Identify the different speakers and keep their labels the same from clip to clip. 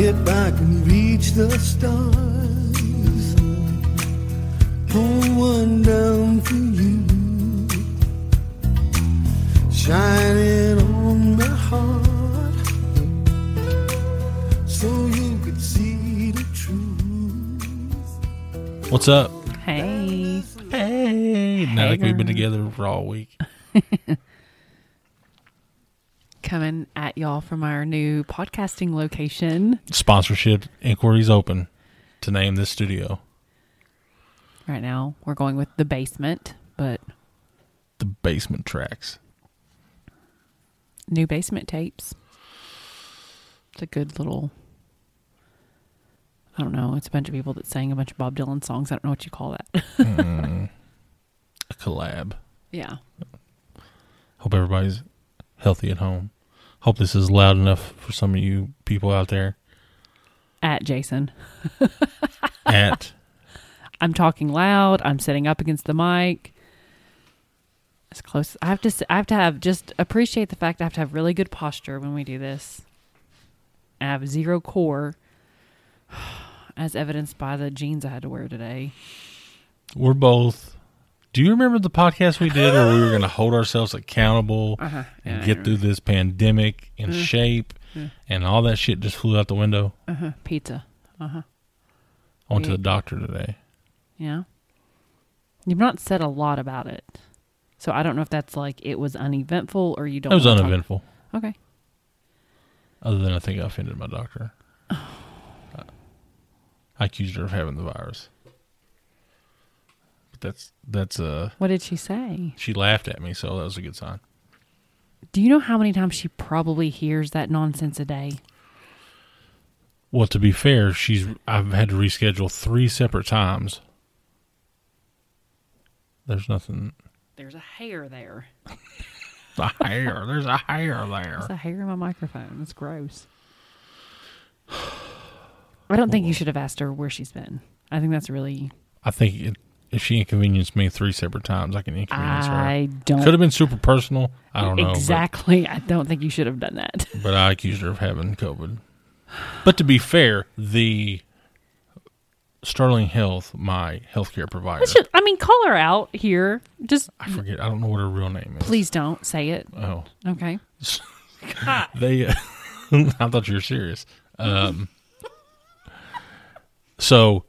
Speaker 1: If I can reach the stars, pull one down for you, shine it on my heart, so you could see the truth.
Speaker 2: What's up?
Speaker 3: Hey.
Speaker 2: Hey, not like we've
Speaker 3: girl.
Speaker 2: been together for all week.
Speaker 3: Coming at y'all from our new podcasting location.
Speaker 2: Sponsorship inquiries open to name this studio
Speaker 3: Right now, we're going with the basement, but
Speaker 2: the Basement Tracks.
Speaker 3: new basement tapes. It's a good little. I don't know. It's a bunch of people that sang a bunch of Bob Dylan songs. I don't know what you call that.
Speaker 2: A collab.
Speaker 3: yeah.
Speaker 2: Hope everybody's healthy at home. Hope this is loud enough for some of you people out there.
Speaker 3: At Jason.
Speaker 2: At
Speaker 3: I'm talking loud. I'm sitting up against the mic. As close. I have to. s- I have to have just appreciate the fact I have to have really good posture when we do this. I have zero core, as evidenced by the jeans I had to wear today.
Speaker 2: we're both. Do you remember the podcast we did where we were going to hold ourselves accountable and get through this pandemic in shape, and all that shit just flew out the window?
Speaker 3: Pizza.
Speaker 2: I went to the doctor today.
Speaker 3: Yeah. You've not said a lot about it, so I don't know if that's like it was uneventful or you don't.
Speaker 2: It was
Speaker 3: wanna talk-
Speaker 2: uneventful.
Speaker 3: Okay.
Speaker 2: Other than I think I offended my doctor. I- I accused her of having the virus. But that's that's uh
Speaker 3: What did she say?
Speaker 2: she laughed at me, so that was a good sign.
Speaker 3: Do you know how many times she probably hears that nonsense a day?
Speaker 2: Well, to be fair, she's I've had to reschedule three separate times. There's nothing
Speaker 3: There's a hair there.
Speaker 2: a hair. There's a hair
Speaker 3: It's
Speaker 2: there.
Speaker 3: a hair in my microphone. It's gross. I don't think you should have asked her where she's been. I think that's really.
Speaker 2: I think it, if she inconvenienced me three separate times, I can inconvenience her.
Speaker 3: I don't.
Speaker 2: Could have been super personal. I don't know. but-
Speaker 3: exactly. I don't think you should have done that.
Speaker 2: but I accused her of having COVID. But to be fair, the Sterling Health, my healthcare provider,
Speaker 3: Should- I mean, call her out here. Just
Speaker 2: I forget, I don't know what her real name is.
Speaker 3: please don't say it.
Speaker 2: Oh,
Speaker 3: Okay.
Speaker 2: they. Uh, I thought you were serious. Um, so,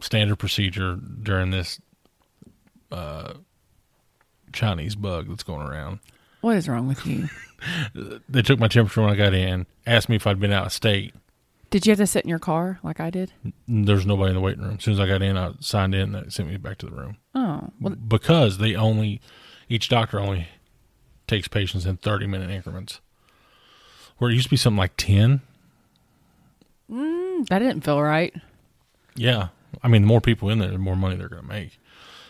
Speaker 2: standard procedure during this uh, Chinese bug that's going around.
Speaker 3: What is wrong with you?
Speaker 2: They took my temperature when I got in, asked me if I'd been out of state,
Speaker 3: Did you have to sit in your car like I did?
Speaker 2: Hmm. There's nobody in the waiting room. As soon as I got in, I signed in. They sent me back to the room
Speaker 3: Oh, well,
Speaker 2: because they only, each doctor only takes patients in 30 minute increments. Where it used to be something like 10.
Speaker 3: that didn't feel right.
Speaker 2: Yeah. I mean, the more people in there, the more money they're going to make.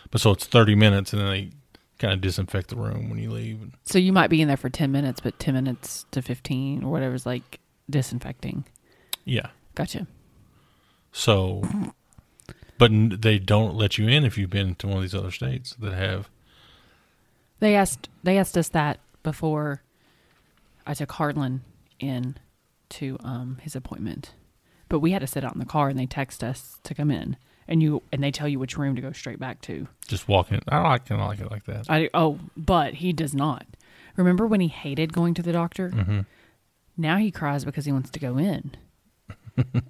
Speaker 2: But so it's 30 minutes and then they kind of disinfect the room when you leave.
Speaker 3: So you might be in there for 10 minutes, but 10 minutes to 15 or whatever's like disinfecting.
Speaker 2: Yeah.
Speaker 3: Gotcha.
Speaker 2: So, but n- they don't let you in if you've been to one of these other states that have
Speaker 3: They asked they asked us that before I took Hardlin in to um, his appointment, but we had to sit out in the car, and they text us to come in, and you and they tell you which room to go straight back to.
Speaker 2: just walking. I like, I like it like that.
Speaker 3: I oh, but he does not. Remember when he hated going to the doctor? Now he cries because he wants to go in,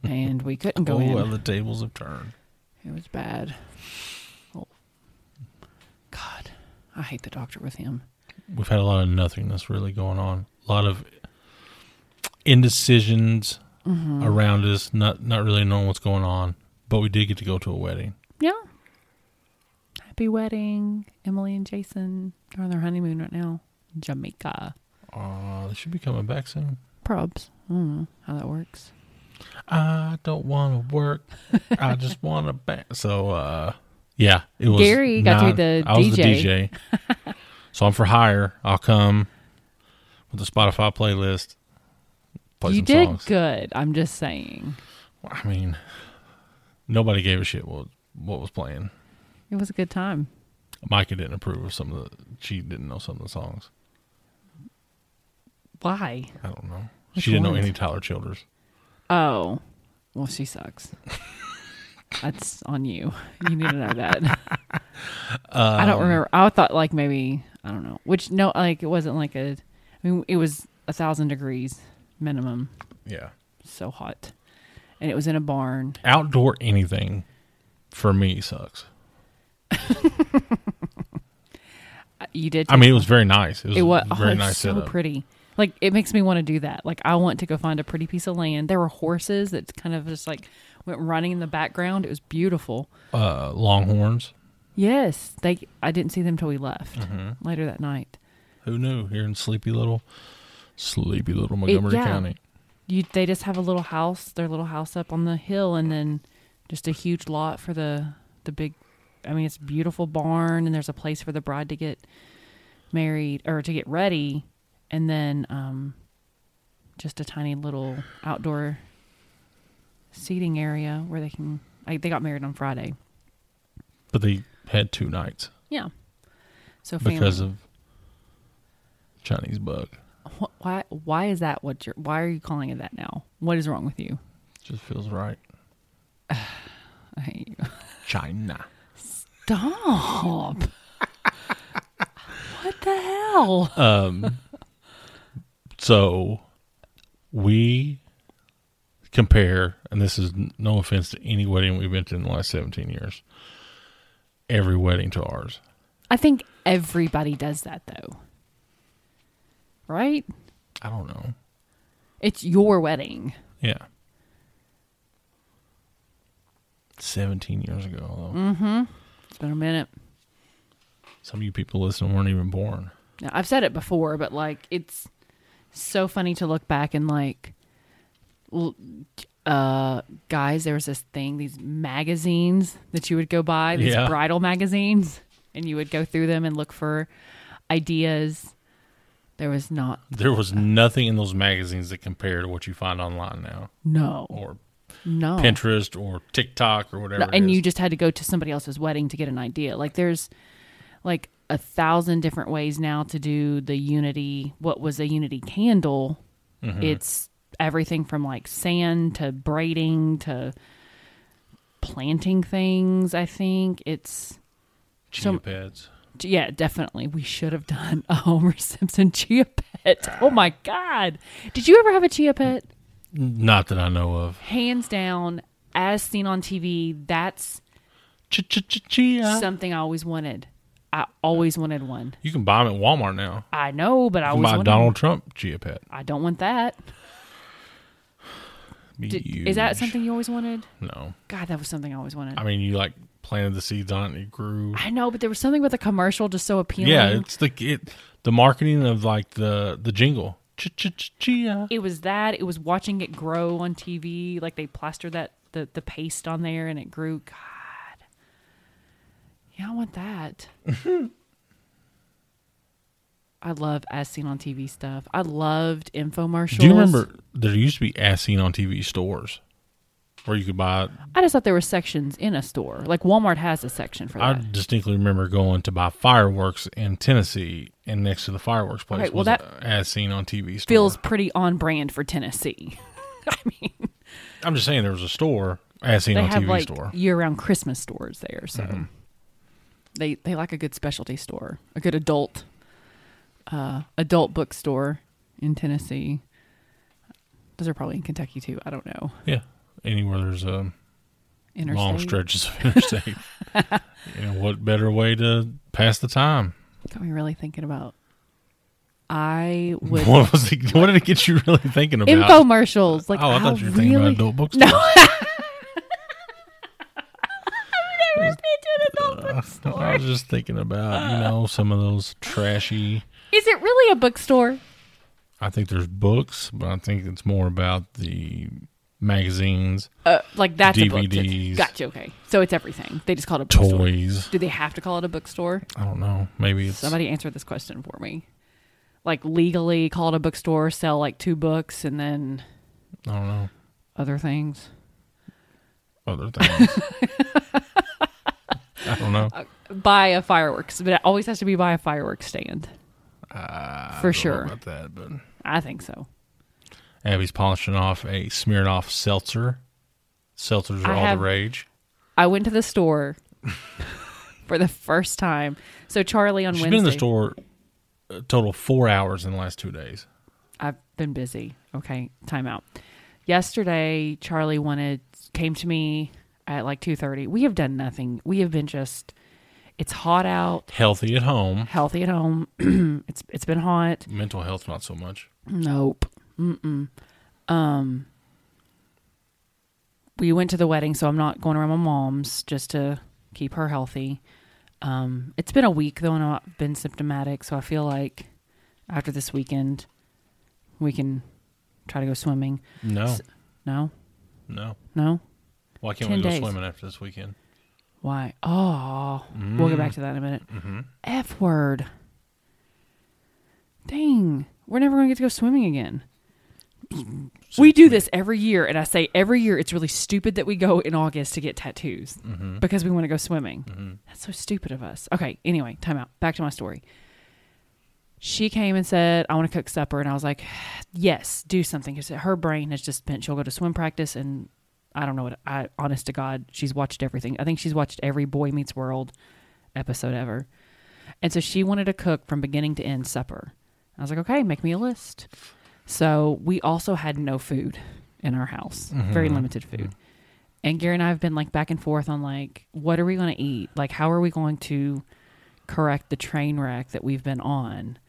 Speaker 3: and we couldn't go
Speaker 2: oh,
Speaker 3: in.
Speaker 2: well, the tables have turned.
Speaker 3: It was bad. I hate the doctor with him.
Speaker 2: We've had a lot of nothingness really going on. A lot of indecisions
Speaker 3: Mm-hmm.
Speaker 2: around us, not not really knowing what's going on. But we did get to go to a wedding.
Speaker 3: Yeah. Happy wedding. Emily and Jason are on their honeymoon right now. in Jamaica.
Speaker 2: Uh, they should be coming back soon.
Speaker 3: Probs. I don't know how that works.
Speaker 2: I don't want to work. I just want to back. So, uh, yeah, it was.
Speaker 3: Gary got to be the
Speaker 2: I was the
Speaker 3: DJ.
Speaker 2: DJ. so I'm for hire. I'll come with a Spotify playlist. Play
Speaker 3: you
Speaker 2: some
Speaker 3: did
Speaker 2: songs.
Speaker 3: good. I'm just saying.
Speaker 2: I mean, nobody gave a shit what what was playing.
Speaker 3: It was a good time.
Speaker 2: Micah didn't approve of some of the. She didn't know some of the songs.
Speaker 3: Why?
Speaker 2: I don't know.
Speaker 3: Which
Speaker 2: she didn't know
Speaker 3: ones?
Speaker 2: any Tyler Childers.
Speaker 3: Oh. Well, she sucks. That's on you. You need to know that. I
Speaker 2: Um,
Speaker 3: don't remember. I thought like maybe I don't know. Which no, like it wasn't like a. I mean, it was a thousand degrees minimum.
Speaker 2: Yeah,
Speaker 3: so hot. And it was in a barn.
Speaker 2: outdoor anything for me sucks.
Speaker 3: Uh, You did.
Speaker 2: I mean, it was very nice. It was,
Speaker 3: it was oh,
Speaker 2: very
Speaker 3: it's
Speaker 2: nice
Speaker 3: so
Speaker 2: setup.
Speaker 3: pretty. Like it makes me want to do that. Like I want to go find a pretty piece of land. There were horses that kind of just like went running in the background. It was beautiful.
Speaker 2: Uh, Longhorns.
Speaker 3: Yes, they. I didn't see them till we left
Speaker 2: Mm-hmm.
Speaker 3: later that night.
Speaker 2: Who knew? Here in sleepy little, sleepy little Montgomery
Speaker 3: yeah.
Speaker 2: County.
Speaker 3: You, they just have a little house, their little house up on the hill, and then just a huge lot for the the big. I mean, it's a beautiful barn, and there's a place for the bride to get married or to get ready, and then um, just a tiny little outdoor seating area where they can. Like, they got married on Friday.
Speaker 2: But they had two nights
Speaker 3: Yeah. So family.
Speaker 2: because of Chinese bug.
Speaker 3: Wh- why why is that what you're why are you calling it that now? What is wrong with you?
Speaker 2: Just feels right.
Speaker 3: I hate you.
Speaker 2: China.
Speaker 3: Stop. what the hell?
Speaker 2: So we compare, and this is n- no offense to any wedding we've been to in the last 17 years, every wedding to ours.
Speaker 3: I think everybody does that though. Right?
Speaker 2: I don't know.
Speaker 3: It's your wedding.
Speaker 2: Yeah. 17 years ago, though.
Speaker 3: It's been a minute.
Speaker 2: Some of you people listening weren't even born.
Speaker 3: Now, I've said it before, but like it's so funny to look back and like l- uh guys, there was this thing, these magazines that you would go buy, these
Speaker 2: Yeah.
Speaker 3: bridal magazines, and you would go through them and look for ideas. There was not
Speaker 2: There was nothing in those magazines that compared to what you find online now,
Speaker 3: no
Speaker 2: or
Speaker 3: no
Speaker 2: Pinterest, or TikTok, or whatever.
Speaker 3: No,
Speaker 2: it
Speaker 3: and you
Speaker 2: is.
Speaker 3: just had to go to somebody else's wedding to get an idea. Like there's like a thousand different ways now to do the unity. What was a unity candle?
Speaker 2: Mm-hmm.
Speaker 3: It's everything from like sand to braiding to planting things. I think it's
Speaker 2: chia
Speaker 3: some-
Speaker 2: pads.
Speaker 3: yeah, definitely. We should have done a Homer Simpson chia pet. Oh my god! Did you ever have a chia pet?
Speaker 2: Not that I know of.
Speaker 3: Hands down, as seen on TV, that's
Speaker 2: Ch- ch- ch- Chia.
Speaker 3: something I always wanted. I always wanted one.
Speaker 2: You can buy them at Walmart now.
Speaker 3: I know, but I
Speaker 2: You can
Speaker 3: always
Speaker 2: buy a
Speaker 3: wanted
Speaker 2: Donald Trump chia pet.
Speaker 3: I don't want that.
Speaker 2: Be
Speaker 3: Did- is that
Speaker 2: huge.
Speaker 3: something you always wanted?
Speaker 2: No.
Speaker 3: God, that was something I always wanted.
Speaker 2: I
Speaker 3: i
Speaker 2: mean, you like planted the seeds on it and it grew.
Speaker 3: know, but there was something with the commercial just so appealing.
Speaker 2: Yeah, it's the it the marketing of like the the jingle. Ch- ch- ch- Chia.
Speaker 3: it was that. It was watching it grow on TV. Like they plastered that the the paste on there, and it grew. God, yeah, I want that. I love as seen on TV stuff. I loved infomercials.
Speaker 2: Do you remember there used to be as seen on TV stores where you could buy
Speaker 3: I just thought there were sections in a store. Like Walmart has a section for
Speaker 2: I
Speaker 3: that.
Speaker 2: distinctly remember going to buy fireworks in Tennessee, and next to the fireworks place
Speaker 3: Okay, well,
Speaker 2: was
Speaker 3: that
Speaker 2: a- as seen on TV. Store.
Speaker 3: Feels pretty on brand for Tennessee.
Speaker 2: I'm just saying there was a store as seen
Speaker 3: They
Speaker 2: on
Speaker 3: have
Speaker 2: TV
Speaker 3: like
Speaker 2: store. Mm-hmm.
Speaker 3: year-round Christmas stores there, so they they like a good specialty store, a good adult uh, adult bookstore in Tennessee. Those are probably in Kentucky too. I don't know.
Speaker 2: Yeah, anywhere there's a long
Speaker 3: Interstate.
Speaker 2: stretches of interstate. you know, what better way to pass the time?
Speaker 3: Got me really thinking about. I would
Speaker 2: What was it, what did it get you really thinking about?
Speaker 3: infomercials. Like,
Speaker 2: oh, I thought you were thinking about
Speaker 3: really-
Speaker 2: adult bookstores.
Speaker 3: No,
Speaker 2: Uh, I was just thinking about you know some of those trashy.
Speaker 3: is it really a bookstore?
Speaker 2: I think there's books, but I think it's more about the magazines,
Speaker 3: Uh, like that's a book.
Speaker 2: DVDs.
Speaker 3: Gotcha. Okay, so it's everything. They just call it a bookstore.
Speaker 2: toys.
Speaker 3: Do they have to call it a bookstore?
Speaker 2: I don't know. Maybe it's
Speaker 3: Somebody answer this question for me. Like legally call it a bookstore, sell like two books and then
Speaker 2: I don't know
Speaker 3: other things.
Speaker 2: other things. I don't know.
Speaker 3: Buy a fireworks, but it always has to be by a fireworks stand. for sure.
Speaker 2: about that, but
Speaker 3: I think so.
Speaker 2: Abby's polishing off a Smirnoff seltzer. Seltzers are
Speaker 3: I
Speaker 2: all
Speaker 3: have-
Speaker 2: the rage.
Speaker 3: I went to the store for the first time. So Charlie on
Speaker 2: She's
Speaker 3: Wednesday.
Speaker 2: been in the store a total of four hours in the last two days.
Speaker 3: I've been busy. Okay, time out. Yesterday, Charlie wanted came to me at like two thirty. We have done nothing. We have been just. It's hot out.
Speaker 2: Healthy at home,
Speaker 3: Healthy at home. it's it's been hot.
Speaker 2: mental health not so much.
Speaker 3: Nope. Mm-mm. Um. We went to the wedding, so I'm not going around my mom's just to keep her healthy. Um, it's been a week though, and I've been symptomatic, so I feel like after this weekend, we can try to go swimming.
Speaker 2: No,
Speaker 3: No,
Speaker 2: no.
Speaker 3: no.
Speaker 2: Why can't
Speaker 3: 10
Speaker 2: we go
Speaker 3: days.
Speaker 2: swimming after this weekend?
Speaker 3: Why? Oh, we'll get back to that in a minute. F word. Dang, we're never going to get to go swimming again. we do this every year, and I say every year it's really stupid that we go in August to get tattoos because we want to go swimming. That's so stupid of us. Okay, anyway, time out. Back to my story. She came and said, I want to cook supper. And I was like, yes, do something. Because her brain has just been, she'll go to swim practice. And I don't know what, I, honest to God, she's watched everything. I think she's watched every Boy Meets World episode ever. And so she wanted to cook from beginning to end supper. I was like, okay, make me a list. So we also had no food in our house, very limited food. And Gary and I have been like back and forth on like, what are we going to eat? Like, how are we going to correct the train wreck that we've been on?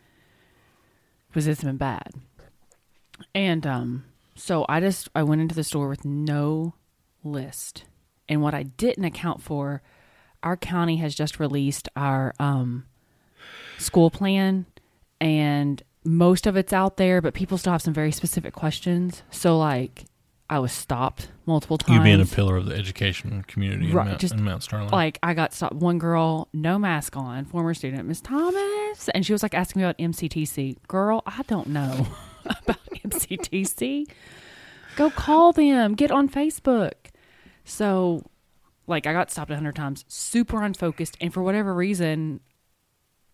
Speaker 3: Because it's been bad. And um, so I just I went into the store with no list. And what I didn't account for, our county has just released our um, school plan, and most of it's out there, but people still have some very specific questions. So like, I was stopped multiple times.
Speaker 2: You being a pillar of the education community
Speaker 3: Right,
Speaker 2: in, Mount,
Speaker 3: just
Speaker 2: in Mount Sterling.
Speaker 3: Like I got stopped. One girl, no mask on, former student, Miss Thomas, and she was like asking me about MCTC. Girl, I don't know about MCTC. Go call them. Get on Facebook. So, like, I got stopped a hundred times, super unfocused, and for whatever reason,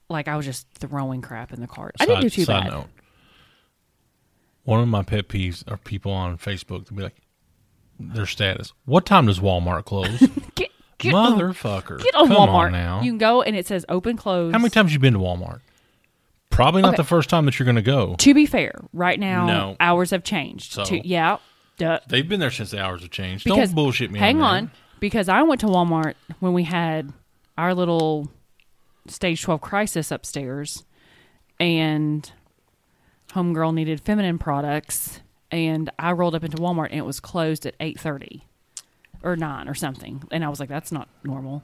Speaker 3: like I was just throwing crap in the cart. I didn't do
Speaker 2: Side-
Speaker 3: too
Speaker 2: side
Speaker 3: bad.
Speaker 2: note. One of my pet peeves are people on Facebook to be like, their status. What time does Walmart close?
Speaker 3: Get, get on-
Speaker 2: Motherfucker.
Speaker 3: get on
Speaker 2: Come
Speaker 3: Walmart
Speaker 2: on now.
Speaker 3: You can go and it says open close.
Speaker 2: How many times you been to Walmart? Probably not
Speaker 3: Okay.
Speaker 2: the first time that you're going to go.
Speaker 3: To be fair, right now
Speaker 2: No.
Speaker 3: hours have changed.
Speaker 2: So-
Speaker 3: To, yeah. Duh.
Speaker 2: They've been there since the hours have changed.
Speaker 3: Because-
Speaker 2: Don't bullshit me.
Speaker 3: Hang
Speaker 2: that.
Speaker 3: on, because I went to Walmart when we had our little stage 12 crisis upstairs, and homegirl needed feminine products, and I rolled up into Walmart and it was closed at 8:30 or nine or something, and I was like, "That's not normal,"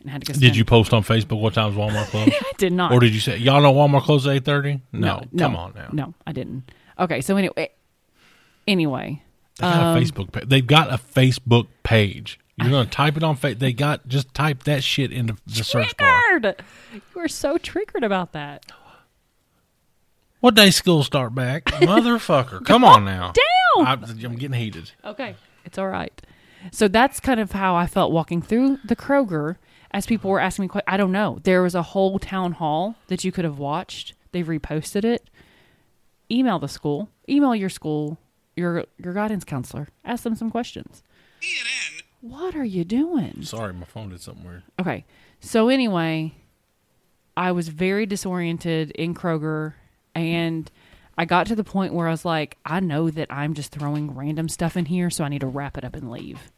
Speaker 3: and I had to go.
Speaker 2: Did
Speaker 3: spend-
Speaker 2: you post on Facebook what time's Walmart closed?
Speaker 3: I did not.
Speaker 2: or did you say y'all know Walmart closes at eight thirty? No,
Speaker 3: no,
Speaker 2: come on now.
Speaker 3: No, I didn't. Okay, so anyway, anyway,
Speaker 2: They got
Speaker 3: Um,
Speaker 2: a Facebook page. They've got a Facebook page. You're gonna type it on fa They got just type that shit into the search bar.
Speaker 3: triggered. You were so triggered about that.
Speaker 2: What day school start back, motherfucker? Come on now.
Speaker 3: Damn.
Speaker 2: I, I'm getting heated.
Speaker 3: Okay, it's all right. So that's kind of how I felt walking through the Kroger as people were asking me questions. I don't know. There was a whole town hall that you could have watched. They've reposted it. Email the school. Email your school, your your guidance counselor. Ask them some questions. What are you doing?
Speaker 2: Sorry, my phone did something weird.
Speaker 3: Okay. So anyway, I was very disoriented in Kroger and I got to the point where I was like, I know that I'm just throwing random stuff in here, so I need to wrap it up and leave.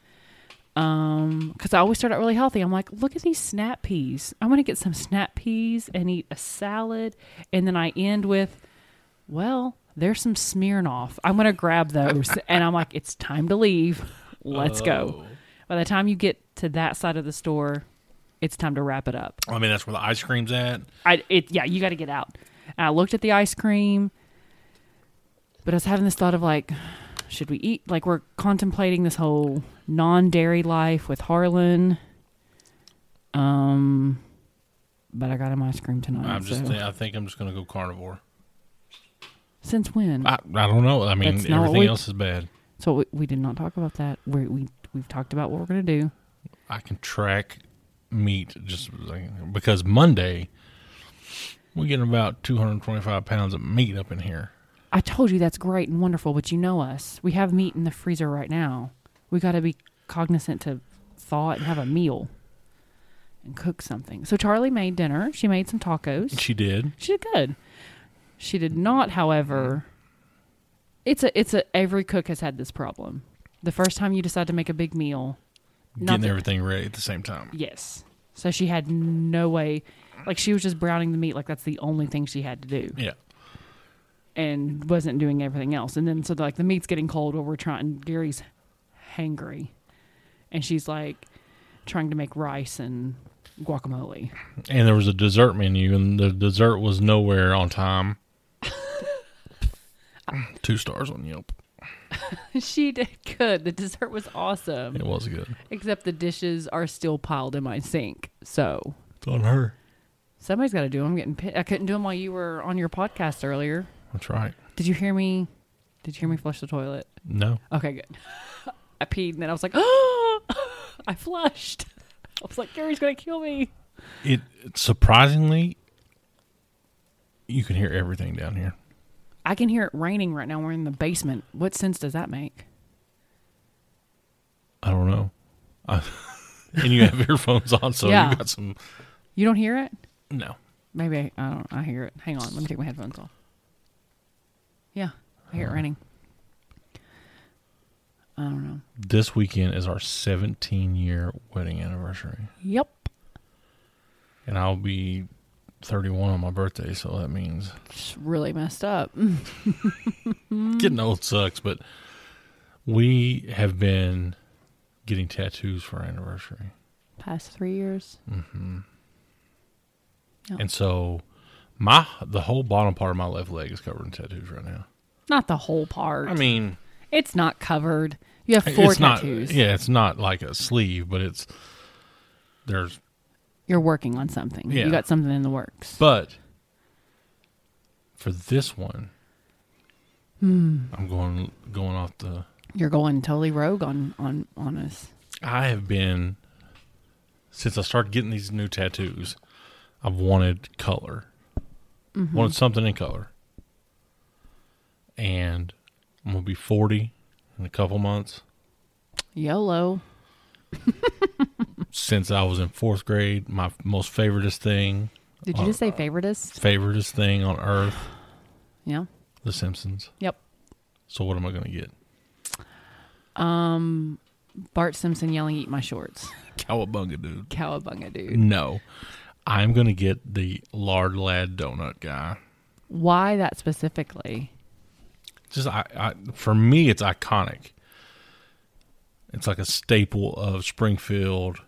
Speaker 3: Um, because I always start out really healthy. I'm like, look at these snap peas. I'm gonna get some snap peas and eat a salad, and then I end with, well, there's some Smirnoff. I'm gonna grab those, and I'm like, it's time to leave. Let's go. By the time you get to that side of the store, it's time to wrap it up.
Speaker 2: I mean, that's where the ice cream's at.
Speaker 3: I it yeah, you got to get out. And I looked at the ice cream, but I was having this thought of like, should we eat? Like we're contemplating this whole non-dairy life with Harlan. Um, but I got him ice cream tonight.
Speaker 2: I'm just.
Speaker 3: so-
Speaker 2: I think I'm just going to go carnivore.
Speaker 3: since when?
Speaker 2: I, I don't know. I mean,
Speaker 3: That's not what
Speaker 2: everything
Speaker 3: we-
Speaker 2: else is bad.
Speaker 3: so we, we did not talk about that. We we we've talked about what we're gonna do.
Speaker 2: I can track meat just like, because Monday we get about 225 pounds of meat up in here.
Speaker 3: I told you that's great and wonderful, but you know us. We have meat in the freezer right now. We got to be cognizant to thaw it and have a meal and cook something. So Charlie made dinner. She made some tacos.
Speaker 2: She did.
Speaker 3: She did good. She did not, however. It's a it's a every cook has had this problem. The first time you decide to make a big meal, not
Speaker 2: Getting
Speaker 3: that-
Speaker 2: everything ready at the same time.
Speaker 3: yes. So she had no way. Like she was just browning the meat like that's the only thing she had to do
Speaker 2: Yeah.
Speaker 3: and wasn't doing everything else. And then so like the meat's getting cold while we're trying. Gary's hangry, and she's like trying to make rice and guacamole.
Speaker 2: And there was a dessert menu, and the dessert was nowhere on time. Two stars on Yelp.
Speaker 3: she did good. The dessert was awesome,
Speaker 2: It was good.
Speaker 3: except the dishes are still piled in my sink. So
Speaker 2: It's on her.
Speaker 3: somebody's got to do them. I'm getting. Pit- I couldn't do them while you were on your podcast earlier.
Speaker 2: That's right.
Speaker 3: Did you hear me? Did you hear me flush the toilet?
Speaker 2: No.
Speaker 3: Okay, good. I peed and then I was like, oh, I flushed. I was like, Gary's gonna kill me.
Speaker 2: It surprisingly, you can hear everything down here.
Speaker 3: I can hear it raining right now. We're in the basement. What sense does that make?
Speaker 2: I don't know. I, and you have earphones on, so
Speaker 3: Yeah.
Speaker 2: you got some.
Speaker 3: You don't hear it?
Speaker 2: No.
Speaker 3: Maybe I, I don't. I hear it. Hang on. Let me take my headphones off. Yeah, I
Speaker 2: Uh-huh.
Speaker 3: hear it raining. I don't know.
Speaker 2: This weekend is our 17 year wedding anniversary,
Speaker 3: Yep.
Speaker 2: and I'll be 31 on my birthday, so that means
Speaker 3: It's really messed up. Mm.
Speaker 2: getting old sucks, but we have been getting tattoos for our anniversary.
Speaker 3: Past three years.
Speaker 2: And so my the whole bottom part of my left leg is covered in tattoos right now.
Speaker 3: Not the whole part.
Speaker 2: I mean,
Speaker 3: it's not covered. You have four
Speaker 2: it's
Speaker 3: tattoos.
Speaker 2: not yeah, it's not like a sleeve, but it's there's
Speaker 3: You're working on something.
Speaker 2: Yeah.
Speaker 3: You got something in the works.
Speaker 2: but for this one I'm going going off the
Speaker 3: You're going totally rogue on on on us.
Speaker 2: I have been since I started getting these new tattoos. I've wanted color, wanted something in color, and I'm gonna be 40 in a couple months.
Speaker 3: YOLO.
Speaker 2: Since I was in fourth grade, my most favoritist thing,
Speaker 3: Did you just
Speaker 2: uh,
Speaker 3: say favoritist?
Speaker 2: favoritist thing on earth,
Speaker 3: Yeah.
Speaker 2: The Simpsons.
Speaker 3: Yep.
Speaker 2: So what am I gonna get?
Speaker 3: Bart Simpson yelling, "Eat my shorts,
Speaker 2: Cowabunga, dude.
Speaker 3: cowabunga, dude!"
Speaker 2: No, I'm gonna get the lard lad donut guy.
Speaker 3: Why that specifically?
Speaker 2: just I, I for me it's iconic it's like a staple of springfield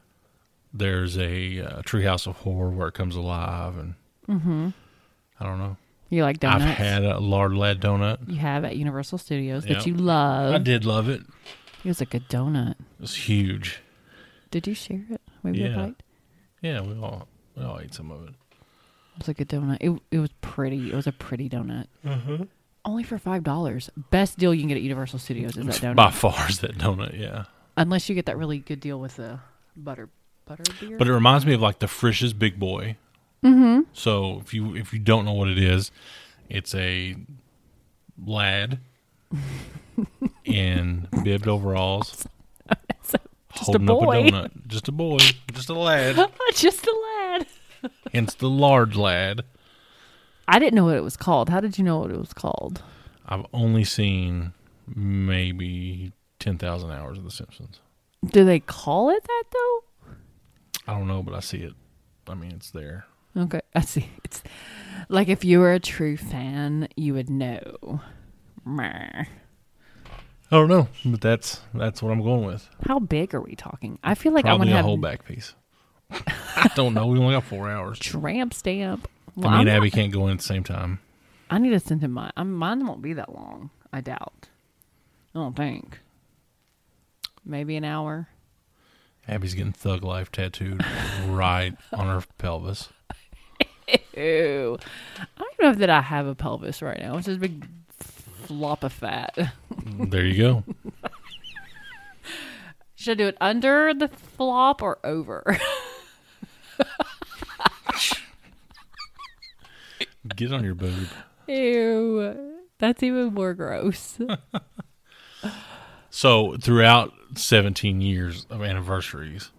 Speaker 2: there's a uh, treehouse of horror where it comes alive and i don't know
Speaker 3: You like Mm-hmm. donuts?
Speaker 2: i've had a lard lad donut
Speaker 3: you have at Universal Studios
Speaker 2: Yep.
Speaker 3: that you
Speaker 2: i
Speaker 3: love.
Speaker 2: did love it
Speaker 3: It was a good donut.
Speaker 2: it's huge
Speaker 3: Did you share it? Maybe
Speaker 2: Yeah.
Speaker 3: a bite.
Speaker 2: yeah we all we all ate some of it
Speaker 3: It was a good donut. It it was pretty. It was a pretty donut.
Speaker 2: Mm-hmm.
Speaker 3: Only for five dollars. Best deal you can get at Universal Studios is that donut.
Speaker 2: by far is that donut yeah
Speaker 3: Unless you get that really good deal with the butter butter beer.
Speaker 2: But it reminds me of like the Frisch's Big Boy. Mm-hmm. So if you if you don't know what it is, it's a lad in bibbed overalls
Speaker 3: just a
Speaker 2: holding up a
Speaker 3: boy.
Speaker 2: donut. Just a boy, just a lad.
Speaker 3: Just a lad.
Speaker 2: Hence the large lad.
Speaker 3: I didn't know what it was called. How did you know what it was called?
Speaker 2: I've only seen maybe ten thousand hours of The Simpsons.
Speaker 3: Do they call it that though?
Speaker 2: I don't know, but I see it. I mean, it's there.
Speaker 3: Okay, I see. It's like if you were a true fan, you would know. Meh.
Speaker 2: I don't know, but that's that's what I'm going with.
Speaker 3: How big are we talking? I feel like
Speaker 2: Probably
Speaker 3: I
Speaker 2: a
Speaker 3: want
Speaker 2: whole
Speaker 3: to have
Speaker 2: back piece. I don't know. We only got four hours.
Speaker 3: tramp stamp. Well,
Speaker 2: Me
Speaker 3: I'm
Speaker 2: and
Speaker 3: not-
Speaker 2: Abby can't go in at the same time.
Speaker 3: I need to send him mine. I'm, mine won't be that long. I doubt. I don't think. Maybe an hour.
Speaker 2: Abby's getting thug life tattooed right on her pelvis.
Speaker 3: Ew. I don't even know that I have a pelvis right now. It's just a big flop of fat.
Speaker 2: There you go.
Speaker 3: Should I do it under the flop or over?
Speaker 2: Get on your boob.
Speaker 3: Ew. That's even more gross.
Speaker 2: So throughout 17 years of anniversaries,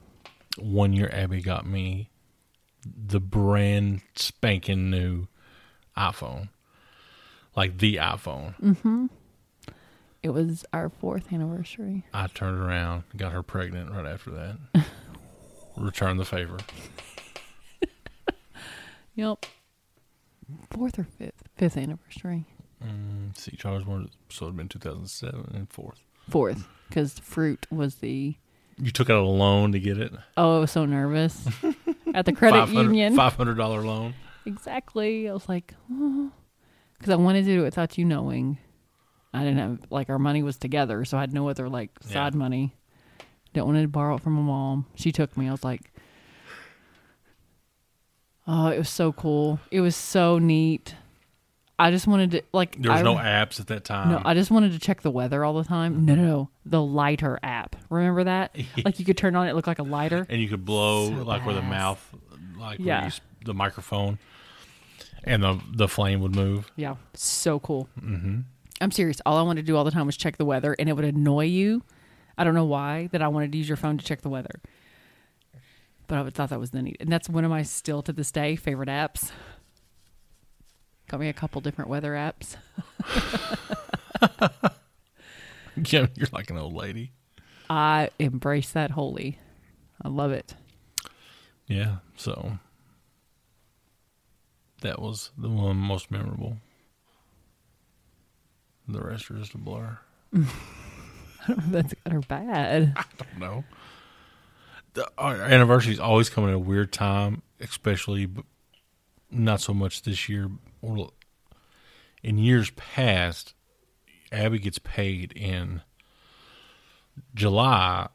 Speaker 2: one year Abby got me the brand spanking new iPhone, like the iPhone.
Speaker 3: Mm. It was our fourth anniversary.
Speaker 2: I turned around, got her pregnant right after that. Return the favor.
Speaker 3: Yep. Fourth or fifth? Fifth anniversary.
Speaker 2: Mm, See, Charles wanted so it'd been 2007 and fourth.
Speaker 3: Fourth, because fruit was the.
Speaker 2: You took out a loan to get it.
Speaker 3: Oh, I was so nervous at the credit union.
Speaker 2: Five hundred dollar loan.
Speaker 3: Exactly. I was like, because I wanted to do it without you knowing. I didn't have like our money was together, so I had no other like side
Speaker 2: Yeah.
Speaker 3: money. Didn't want to borrow it from my mom. She took me. I was like, oh, it was so cool. It was so neat. I just wanted to like.
Speaker 2: There was
Speaker 3: I,
Speaker 2: no apps at that time.
Speaker 3: No, I just wanted to check the weather all the time. No, no, no. The lighter app. Remember that? like you could turn on it, it looked like a lighter.
Speaker 2: and you could blow
Speaker 3: So
Speaker 2: like where the
Speaker 3: badass.
Speaker 2: mouth, like where
Speaker 3: Yeah.
Speaker 2: you s- the microphone, and the the flame would move.
Speaker 3: Yeah, so cool. Mm-hmm. I'm serious. All I wanted to do all the time was check the weather, and it would annoy you. I don't know why that I wanted to use your phone to check the weather, but I would- thought that was the neat, and that's one of my still to this day favorite apps. Got me a couple different weather apps.
Speaker 2: Yeah, you're like an old lady.
Speaker 3: I embrace that wholly. I love it.
Speaker 2: Yeah, so that was the one most memorable. The rest are just a blur.
Speaker 3: That's good or bad.
Speaker 2: don't know. The, our anniversaries always come at a weird time, especially b- not so much this year. Or in years past, Abby gets paid in July,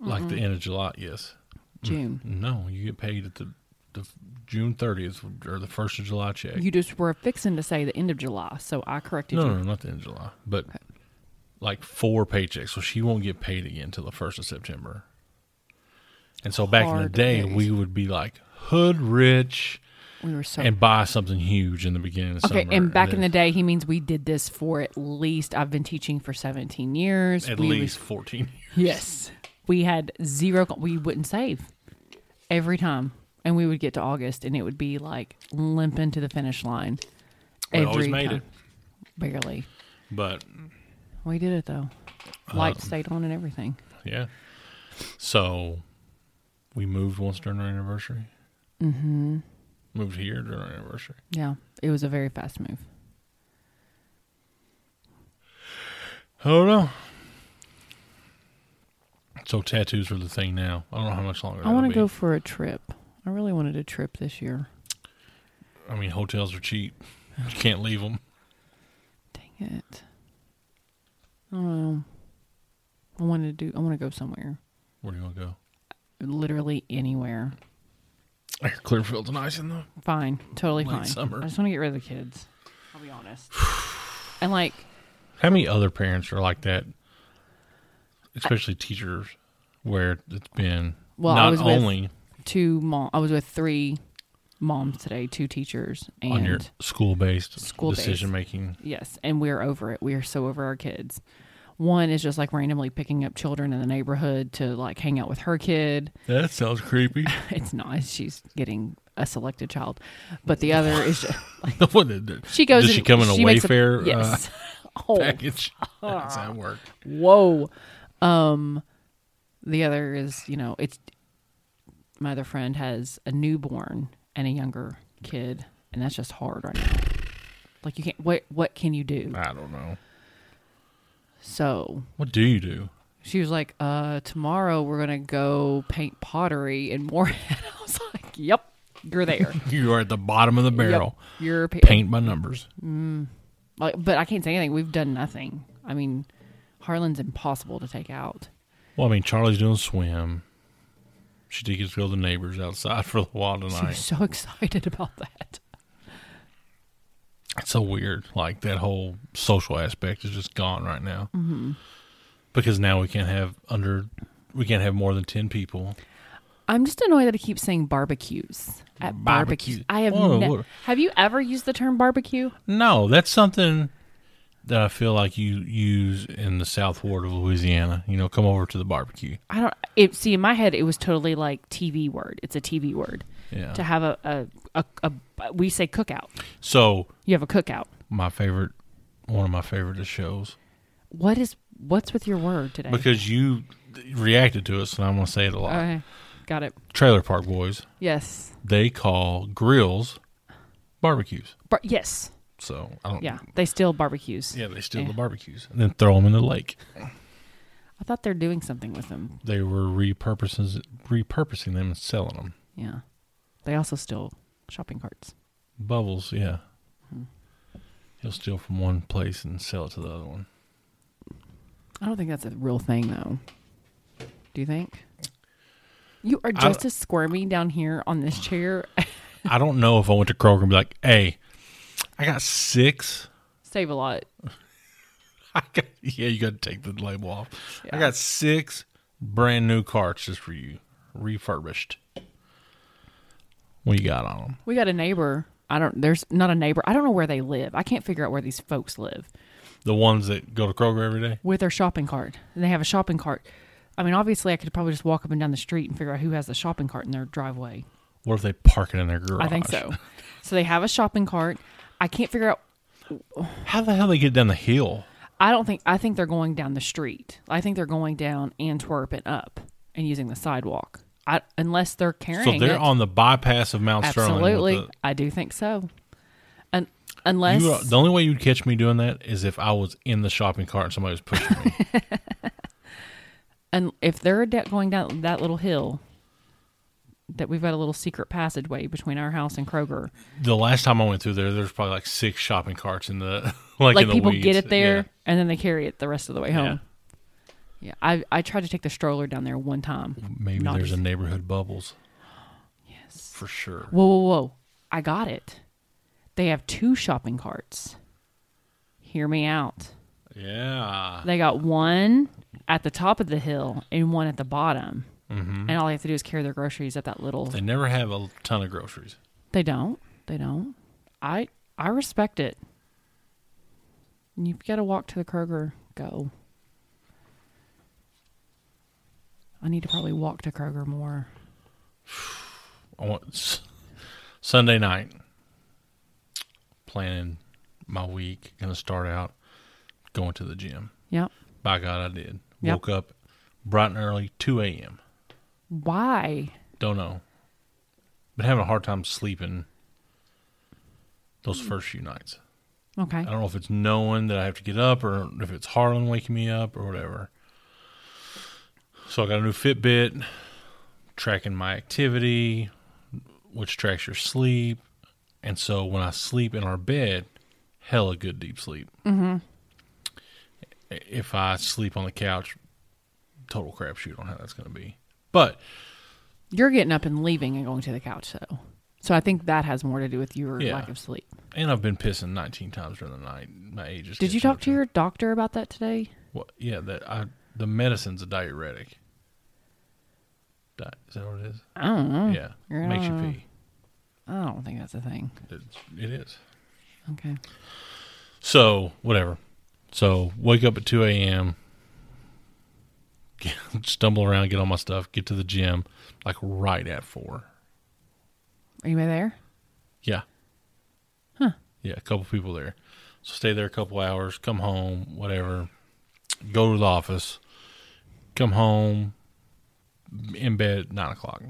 Speaker 2: like the end of July. Yes,
Speaker 3: June.
Speaker 2: no, you get paid at the, the June thirtieth or the first of July check.
Speaker 3: You just were fixing to say the end of July, so I corrected
Speaker 2: no,
Speaker 3: you.
Speaker 2: no, no, not the end of July, but like four paychecks. So she won't get paid again until the first of September. And so back in the
Speaker 3: Hard
Speaker 2: day,
Speaker 3: days.
Speaker 2: we would be like hood rich
Speaker 3: We were so
Speaker 2: and buy something huge in the beginning of
Speaker 3: Okay,
Speaker 2: summer.
Speaker 3: and back in the
Speaker 2: then
Speaker 3: day, he means we did this for at least I've been teaching for 17 years.
Speaker 2: at
Speaker 3: we was-
Speaker 2: least fourteen.
Speaker 3: yes, we had zero. We wouldn't save every time, and we would get to August, and it would be like limping to the finish line.
Speaker 2: We always made it,
Speaker 3: barely.
Speaker 2: but
Speaker 3: We did it though.
Speaker 2: Um,
Speaker 3: Lights stayed on and everything.
Speaker 2: yeah. So we moved once during our anniversary. Mm-hmm. Moved here during our anniversary.
Speaker 3: Yeah, it was a very fast move.
Speaker 2: I don't know. So tattoos are the thing now. I don't know how much longer.
Speaker 3: I want
Speaker 2: that'll
Speaker 3: to
Speaker 2: be.
Speaker 3: go for a trip. I really wanted a trip this year.
Speaker 2: I mean, hotels are cheap. You can't leave them.
Speaker 3: Dang it. I don't know. I wanted to do. I want to go somewhere.
Speaker 2: Where do you want to go?
Speaker 3: literally anywhere.
Speaker 2: Air Clearfield's nice in the.
Speaker 3: Fine, totally
Speaker 2: Late
Speaker 3: fine.
Speaker 2: summer.
Speaker 3: I just want to get rid of the kids. I'll be honest. and like,
Speaker 2: How many other parents are like that? Especially teachers, where it's been
Speaker 3: Well, I
Speaker 2: not
Speaker 3: was with-
Speaker 2: only
Speaker 3: two mom. I was with three moms today, two teachers, and
Speaker 2: on your school-based
Speaker 3: School-based.
Speaker 2: decision making.
Speaker 3: yes, and we're over it. We are so over our kids. One is just like randomly picking up children in the neighborhood to like hang out with her kid.
Speaker 2: That sounds creepy.
Speaker 3: It's not. She's getting a selected child, but the other is just,
Speaker 2: What did- did-
Speaker 3: she goes.
Speaker 2: Does she
Speaker 3: and-
Speaker 2: come in a
Speaker 3: makes
Speaker 2: Wayfair
Speaker 3: yes.
Speaker 2: uh,
Speaker 3: oh
Speaker 2: package? How does that work?
Speaker 3: whoa um The other is, you know, it's my other friend has a newborn and a younger kid, and that's just hard right now. Like you can't. What what can you do?
Speaker 2: I don't know.
Speaker 3: So
Speaker 2: What do you do?
Speaker 3: she was like, uh, tomorrow we're gonna go paint pottery in Moorhead. I was like, Yep, you're there.
Speaker 2: You are at the bottom of the
Speaker 3: Yep,
Speaker 2: barrel.
Speaker 3: you're pa-
Speaker 2: Paint by numbers.
Speaker 3: Like, but I can't say anything. We've done nothing. I mean, Harlan's impossible to take out.
Speaker 2: Well, I mean, Charlie's doing swim. She did get to go to the neighbors outside for a while
Speaker 3: She was
Speaker 2: tonight.
Speaker 3: so excited about that.
Speaker 2: It's so weird. Like that whole social aspect is just gone right now. Mm-hmm. Because now we can't have under, we can't have more than ten people.
Speaker 3: I'm just annoyed that he keeps saying barbecues at barbecues.
Speaker 2: Barbecue.
Speaker 3: I have
Speaker 2: Whoa,
Speaker 3: ne-
Speaker 2: what-
Speaker 3: have you ever used the term barbecue?
Speaker 2: No, that's something that I feel like you use in the South Ward of Louisiana. You know, come over to the barbecue.
Speaker 3: I don't. It, see, in my head, it was totally like TV word. It's a TV word
Speaker 2: Yeah.
Speaker 3: to have a a, a, a we say cookout.
Speaker 2: So
Speaker 3: You have a cookout.
Speaker 2: my favorite, one of my favorite shows
Speaker 3: What is what's with your word today?
Speaker 2: because you reacted to it, so I'm going to say it a lot.
Speaker 3: Okay, got it.
Speaker 2: Trailer Park Boys.
Speaker 3: Yes,
Speaker 2: They call grills barbecues.
Speaker 3: Bar- yes,
Speaker 2: So I don't.
Speaker 3: yeah. They steal barbecues.
Speaker 2: Yeah, they steal
Speaker 3: Yeah.
Speaker 2: the barbecues and then throw them in the lake.
Speaker 3: I thought they're doing something with them.
Speaker 2: They were repurposing repurposing them and selling them.
Speaker 3: Yeah, they also steal shopping carts.
Speaker 2: Bubbles, yeah.
Speaker 3: Hmm.
Speaker 2: He'll steal from one place and sell it to the other one.
Speaker 3: I don't think that's a real thing, though. Do you think? You are
Speaker 2: I
Speaker 3: just as squirmy down here on this chair.
Speaker 2: I don't know if I went to Kroger and be like, "Hey, I got six.
Speaker 3: Save a lot.
Speaker 2: I got, yeah, you got to take the label off. I
Speaker 3: Yeah.
Speaker 2: got six brand new carts just for you, refurbished. What you got on them?
Speaker 3: We got a neighbor. I don't. There's not a neighbor. I don't know where they live. I can't figure out where these folks live
Speaker 2: The ones that go to Kroger every day.
Speaker 3: with their shopping cart. And they have a shopping cart. I mean, obviously, I could probably just walk up and down the street and figure out who has the shopping cart in their driveway.
Speaker 2: What if they park it in their garage?
Speaker 3: I think so. So they have a shopping cart. I can't figure out.
Speaker 2: How the hell they get down the hill?
Speaker 3: I don't think. I think they're going down the street. I think they're going down Antwerp and up and using the sidewalk. I, unless they're carrying.
Speaker 2: so they're
Speaker 3: it.
Speaker 2: on the bypass of Mount
Speaker 3: Absolutely,
Speaker 2: Sterling. with
Speaker 3: I do think so. And
Speaker 2: The,
Speaker 3: unless
Speaker 2: you uh, are- the only way you'd catch me doing that is if I was in the shopping cart and somebody was pushing me.
Speaker 3: and if they're de- going down that little hill, that we've got a little secret passageway between our house and Kroger.
Speaker 2: the last time I went through there, there's probably like six shopping carts in the like,
Speaker 3: Like
Speaker 2: in the
Speaker 3: people
Speaker 2: weeds.
Speaker 3: get it there
Speaker 2: Yeah.
Speaker 3: and then they carry it the rest of the way home. Yeah, I I tried to take the stroller down there one time.
Speaker 2: Maybe
Speaker 3: Not
Speaker 2: there's
Speaker 3: as-
Speaker 2: a neighborhood bubbles. Yes, for sure.
Speaker 3: Whoa, whoa, whoa! I got it. They have two shopping carts. Hear me out.
Speaker 2: Yeah,
Speaker 3: They got one at the top of the hill and one at the bottom. And all they have to do is carry their groceries up that little.
Speaker 2: Mm-hmm. they never have a ton of groceries.
Speaker 3: They don't. They don't. I I respect it. You've got to walk to the Kroger. Go. I need to probably walk to Kroger more.
Speaker 2: I want s- Sunday night planning my week. Gonna start out going to the gym.
Speaker 3: Yep.
Speaker 2: By God, I did.
Speaker 3: Yep.
Speaker 2: Woke up bright and early, two a.m.
Speaker 3: Why?
Speaker 2: Don't know. Been having a hard time sleeping those first few nights.
Speaker 3: Okay.
Speaker 2: I don't know if it's knowing that I have to get up or if it's Harlan waking me up or whatever. So I got a new Fitbit tracking my activity, which tracks your sleep. And so when I sleep in our bed, hella good deep sleep. Mm-hmm. If I sleep on the couch, total crapshoot on how that's going to be. But
Speaker 3: You're getting up and leaving and going to the couch though. So I think that has more to do with your
Speaker 2: Yeah.
Speaker 3: lack of sleep.
Speaker 2: and I've been pissing 19 times during the night. My age is.
Speaker 3: Did you
Speaker 2: catching
Speaker 3: talk
Speaker 2: up
Speaker 3: to your doctor about that today?
Speaker 2: What? Yeah, that I the medicine's a diuretic. Di- is that what it is?
Speaker 3: I don't know.
Speaker 2: Yeah,
Speaker 3: You're
Speaker 2: makes you
Speaker 3: not-
Speaker 2: pee.
Speaker 3: I don't think that's a thing.
Speaker 2: It's, it is.
Speaker 3: Okay.
Speaker 2: So whatever. So wake up at 2 a.m. get- Stumble around, get all my stuff, get to the gym, like right at four.
Speaker 3: Are you there?
Speaker 2: Yeah. Huh. Yeah, a couple people there. So stay there a couple hours, come home, whatever. Go to the office, come home, in bed at nine o'clock.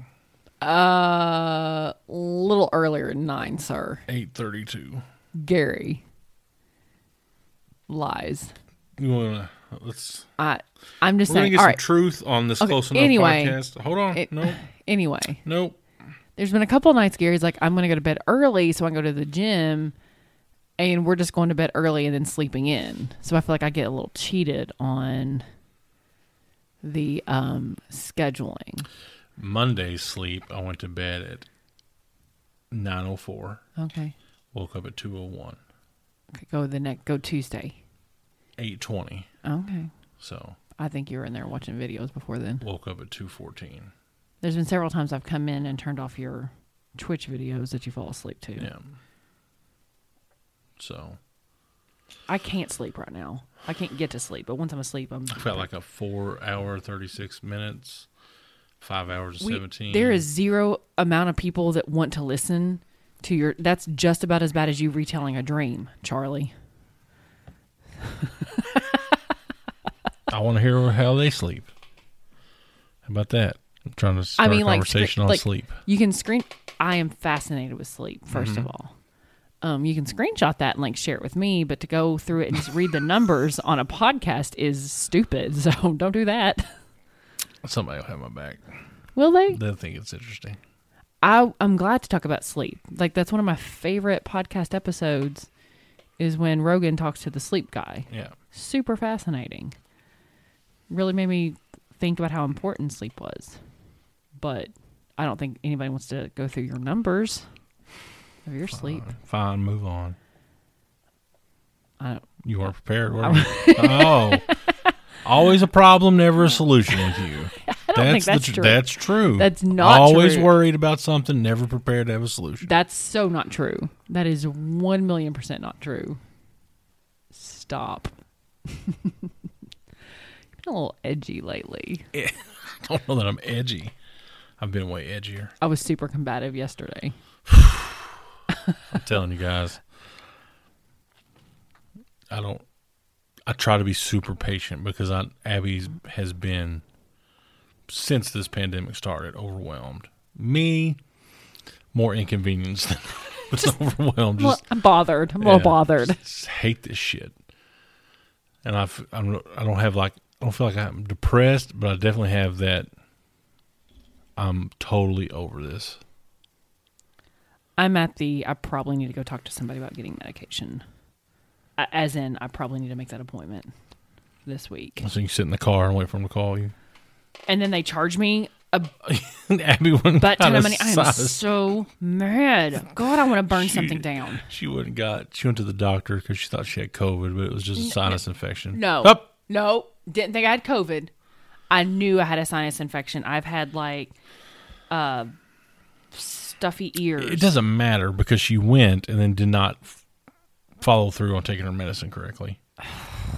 Speaker 3: Uh, little earlier, nine, sir.
Speaker 2: Eight thirty-two.
Speaker 3: Gary lies.
Speaker 2: You wanna let's
Speaker 3: I, I'm just
Speaker 2: we're gonna
Speaker 3: saying.
Speaker 2: get
Speaker 3: All
Speaker 2: some
Speaker 3: right.
Speaker 2: truth on this
Speaker 3: Okay,
Speaker 2: close enough
Speaker 3: anyway,
Speaker 2: podcast. Hold on.
Speaker 3: it-
Speaker 2: nope.
Speaker 3: Anyway,
Speaker 2: Nope.
Speaker 3: there's been a couple nights Gary's like, I'm gonna go to bed early, so I can go to the gym, and we're just going to bed early and then sleeping in. So I feel like I get a little cheated on the um scheduling.
Speaker 2: Monday sleep. I went to bed at nine oh four.
Speaker 3: Okay,
Speaker 2: Woke up at two oh one.
Speaker 3: okay go the next go Tuesday.
Speaker 2: Eight twenty.
Speaker 3: Okay,
Speaker 2: So
Speaker 3: I think you were in there watching videos before then.
Speaker 2: woke up at two fourteen.
Speaker 3: There's been several times I've come in and turned off your Twitch videos that you fall asleep to.
Speaker 2: Yeah. So
Speaker 3: I can't sleep right now. I can't get to sleep, but once I'm asleep, I'm.
Speaker 2: I felt like a four hour thirty six minutes, five hours and
Speaker 3: We-
Speaker 2: seventeen.
Speaker 3: There is zero amount of people that want to listen to your. That's just about as bad as you retelling a dream, Charlie.
Speaker 2: I want to hear how they sleep. How about that? I'm trying to start
Speaker 3: I mean,
Speaker 2: a
Speaker 3: like
Speaker 2: conversation
Speaker 3: scre-
Speaker 2: on
Speaker 3: like,
Speaker 2: sleep. Mm-hmm.
Speaker 3: You can screen. I am fascinated with sleep. 1st of all, um, you can screenshot that and like share it with me. But to go through it and just read the numbers on a podcast is stupid. So don't do that.
Speaker 2: Somebody will have my back.
Speaker 3: Will they?
Speaker 2: They'll think it's interesting.
Speaker 3: I I'm glad to talk about sleep. Like that's one of my favorite podcast episodes is when Rogan talks to the sleep guy.
Speaker 2: Yeah.
Speaker 3: Super fascinating. Really made me think about how important sleep was. But I don't think anybody wants to go through your numbers of your sleep.
Speaker 2: Fine. Move on.
Speaker 3: I don't
Speaker 2: You weren't prepared, were you? oh. Always a problem, never a solution with you. I
Speaker 3: don't think that's
Speaker 2: the, tr-
Speaker 3: true.
Speaker 2: That's true.
Speaker 3: That's not
Speaker 2: Always
Speaker 3: true.
Speaker 2: worried about something, never prepared to have a solution.
Speaker 3: That's so not true. That is 1 million percent not true. Stop. You've been a little edgy lately.
Speaker 2: I don't know that I'm edgy. I've been way edgier.
Speaker 3: I was super combative yesterday.
Speaker 2: I'm telling you guys. I don't. I try to be super patient because I, Abby has been since this pandemic started overwhelmed. Me, more inconvenienced than just, overwhelmed.
Speaker 3: Well,
Speaker 2: Just
Speaker 3: I'm bothered. I'm a
Speaker 2: yeah,
Speaker 3: little bothered.
Speaker 2: just- just hate this shit. And I've I'm I don't have like I don't feel like I'm depressed, but I definitely have that. I'm totally over this.
Speaker 3: I'm at the. I probably need to go talk to somebody about getting medication. I- As in, I probably need to make that appointment this week.
Speaker 2: So you sit in the car and wait for them to call you.
Speaker 3: And then they charge me a
Speaker 2: Abby wouldn't
Speaker 3: butt ton
Speaker 2: got
Speaker 3: of
Speaker 2: a
Speaker 3: money. I am
Speaker 2: size. Oh
Speaker 3: so mad. God, I want to burn
Speaker 2: She-
Speaker 3: something down.
Speaker 2: She went and got she went to the doctor because she thought she had COVID, but it was just a sinus infection.
Speaker 3: No,
Speaker 2: Oh,
Speaker 3: no, didn't think I had COVID. I knew I had a sinus infection. I've had like uh, stuffy ears.
Speaker 2: it doesn't matter because she went and then did not f- follow through on taking her medicine correctly.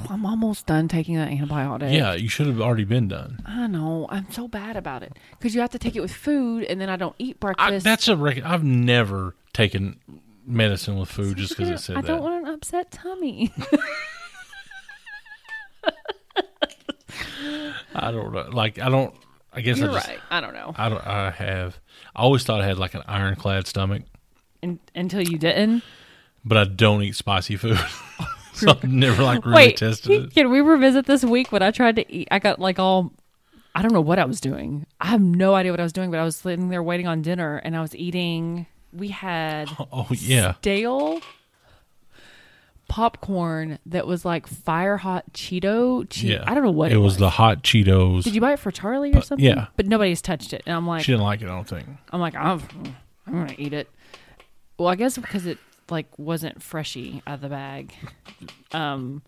Speaker 3: I'm almost done taking that antibiotic.
Speaker 2: Yeah, you should have already been done.
Speaker 3: I know. I'm so bad about it because you have to take it with food, and then I don't eat
Speaker 2: I,
Speaker 3: breakfast.
Speaker 2: that's a record. I've never taken medicine with food just because it said
Speaker 3: I
Speaker 2: that.
Speaker 3: don't want an upset tummy.
Speaker 2: I don't know. Like I don't. I guess
Speaker 3: You're
Speaker 2: I just.
Speaker 3: right. I don't know.
Speaker 2: I don't. I have. I always thought I had like an ironclad stomach,
Speaker 3: Un until you didn't.
Speaker 2: but I don't eat spicy food, so I've never like really
Speaker 3: Wait,
Speaker 2: tested it.
Speaker 3: can we revisit this week when I tried to eat? I got like all. I don't know what I was doing. I have no idea what I was doing, but I was sitting there waiting on dinner, and I was eating. We had
Speaker 2: Oh yeah.
Speaker 3: stale popcorn that was like fire hot Cheeto. Che-
Speaker 2: Yeah,
Speaker 3: I don't know what it,
Speaker 2: was. The hot Cheetos.
Speaker 3: Did you buy it for Charlie or something?
Speaker 2: yeah.
Speaker 3: But nobody's touched it. And I'm like,
Speaker 2: She didn't like it. I don't think.
Speaker 3: I'm like, I'm, I'm going to eat it. Well, I guess because it like wasn't freshy out of the bag. Um,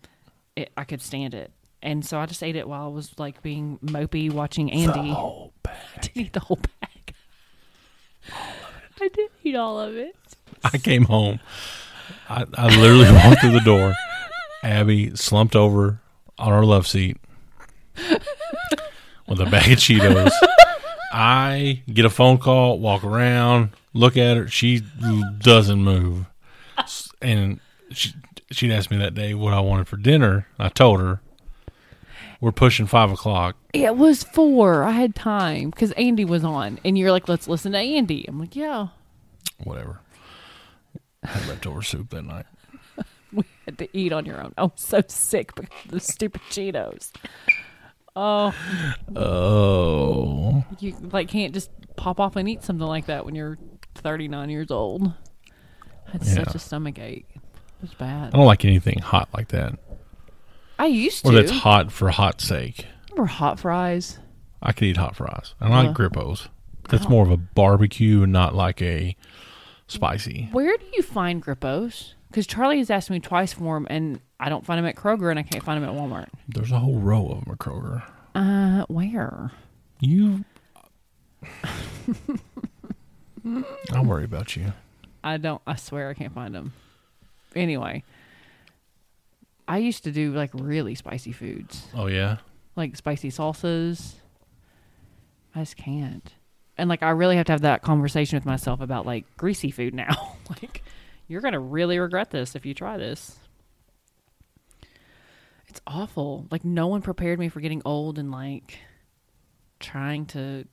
Speaker 3: it, I could stand it. And so I just ate it while I was like being mopey watching Andy.
Speaker 2: Oh,
Speaker 3: I didn't eat the whole bag. I did eat all of it.
Speaker 2: I came home. I, I literally walked through the door. Abby slumped over on her love seat with a bag of Cheetos. I get a phone call, walk around, look at her. She doesn't move. S- And she, she'd asked me that day what I wanted for dinner. I told her. We're pushing five o'clock.
Speaker 3: It was four. I had time because Andy was on, and you're like, "Let's listen to Andy." I'm like, "Yeah."
Speaker 2: Whatever. Had leftover soup that night.
Speaker 3: We had to eat on your own. I was so sick because of the stupid Cheetos. Oh,
Speaker 2: Oh.
Speaker 3: you like can't just pop off and eat something like that when you're 39 years old. I had such
Speaker 2: Yeah. Oh,
Speaker 3: a stomach ache. It was bad.
Speaker 2: I don't like anything hot like that.
Speaker 3: I used
Speaker 2: Or
Speaker 3: to.
Speaker 2: that's hot for hot sake.
Speaker 3: Remember hot fries?
Speaker 2: I could eat hot fries. I don't like grippos. That's more of a barbecue and not like a spicy.
Speaker 3: Where do you find Grippos? Because Charlie has asked me twice for them, and I don't find them at Kroger, and I can't find them at Walmart.
Speaker 2: There's a whole row of them at Kroger.
Speaker 3: Uh, where?
Speaker 2: You. I worry about you.
Speaker 3: I don't. I swear I can't find them. Anyway, I used to do like really spicy foods,
Speaker 2: Oh, yeah?
Speaker 3: like spicy salsas. I just can't. And like, I really have to have that conversation with myself about like greasy food now. like, you're gonna really regret this if you try this. It's awful. Like, no one prepared me for getting old and like trying to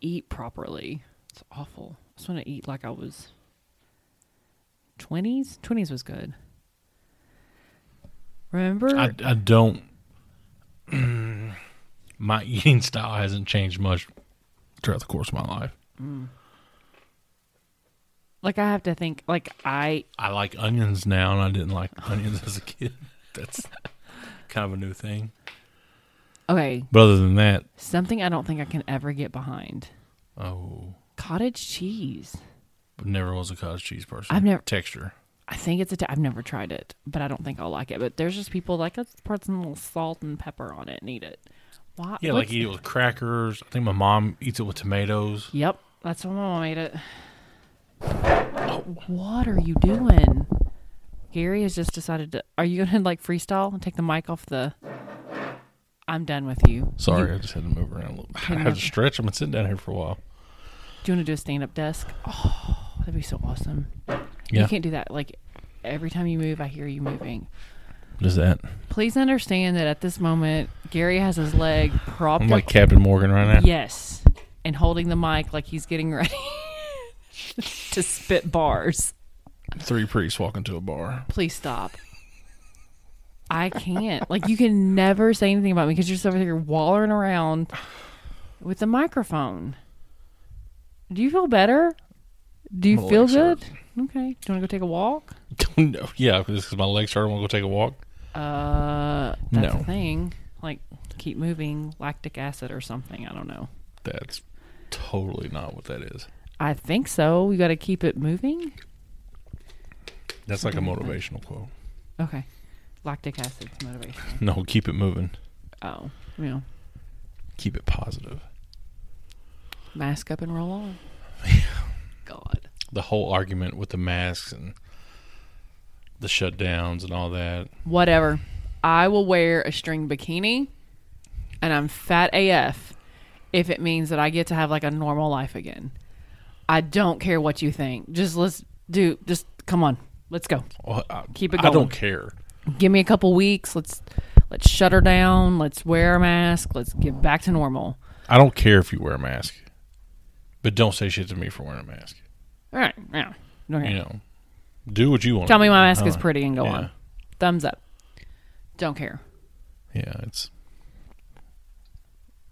Speaker 3: eat properly. It's awful. I just want to eat like I was 20s. 20s was good. Remember?
Speaker 2: I, I don't. my eating style hasn't changed much throughout the course of my life.
Speaker 3: like, I have to think, like, I,
Speaker 2: I like onions now, and I didn't like onions as a kid. That's kind of a new thing.
Speaker 3: okay,
Speaker 2: But other than that,
Speaker 3: something I don't think I can ever get behind
Speaker 2: oh,
Speaker 3: cottage cheese.
Speaker 2: never was a cottage cheese person.
Speaker 3: I've never-
Speaker 2: texture.
Speaker 3: I think it's a. T- I've never tried it, but I don't think I'll like it. But there's just people like let's put some little salt and pepper on it and eat it. Why?
Speaker 2: Yeah,
Speaker 3: what's-
Speaker 2: like eat it with crackers. I think my mom eats it with tomatoes.
Speaker 3: Yep, that's what my mom made it. What are you doing? Gary has just decided to. Are you gonna like freestyle and take the mic off the? I'm done with you.
Speaker 2: Sorry, I just had to move around a little. I had to stretch. I've been sitting down here for a while.
Speaker 3: Do you want to do a stand-up desk? Oh, that'd be so awesome.
Speaker 2: Yeah,
Speaker 3: You can't do that. Like every time you move, I hear you moving.
Speaker 2: what is that?
Speaker 3: Please understand that at this moment, Gary has his leg propped
Speaker 2: I'm
Speaker 3: up
Speaker 2: like Captain Morgan right now.
Speaker 3: Yes. And holding the mic like he's getting ready to spit bars.
Speaker 2: Three priests walking to a bar.
Speaker 3: Please stop. I can't. Like, you can never say anything about me because you're just over here wallering around with the microphone. Do you feel better? Do you
Speaker 2: My
Speaker 3: feel
Speaker 2: legs hurt.
Speaker 3: good? Okay. Do you want to go take a walk?
Speaker 2: Oh, no, yeah, because my legs hurt. I'm gonna go take a walk.
Speaker 3: Uh, that's
Speaker 2: No.
Speaker 3: a thing. Like, keep moving, lactic acid or something. I don't know.
Speaker 2: That's totally not what that is.
Speaker 3: I think so. You got to keep it moving.
Speaker 2: That's like a motivational quote.
Speaker 3: Okay. Lactic acid motivation.
Speaker 2: No, keep it moving.
Speaker 3: Oh, you know,
Speaker 2: Keep it positive.
Speaker 3: mask up and roll on. God.
Speaker 2: The whole argument with the masks and the shutdowns and all that.
Speaker 3: Whatever. I will wear a string bikini and I'm fat AF if it means that I get to have like a normal life again. I don't care what you think. Just let's do, just come on. Let's go.
Speaker 2: Well, Oh, I,
Speaker 3: Keep it
Speaker 2: I
Speaker 3: going.
Speaker 2: don't care.
Speaker 3: Give me a couple weeks. Let's, let's shut her down. Let's wear a mask. Let's get back to normal.
Speaker 2: I don't care if you wear a mask, but don't say shit to me for wearing a mask.
Speaker 3: All right. Yeah. Okay.
Speaker 2: You know, do what you want.
Speaker 3: Tell me my mask is pretty and go
Speaker 2: yeah.
Speaker 3: on. Thumbs up. Don't care.
Speaker 2: Yeah, it's.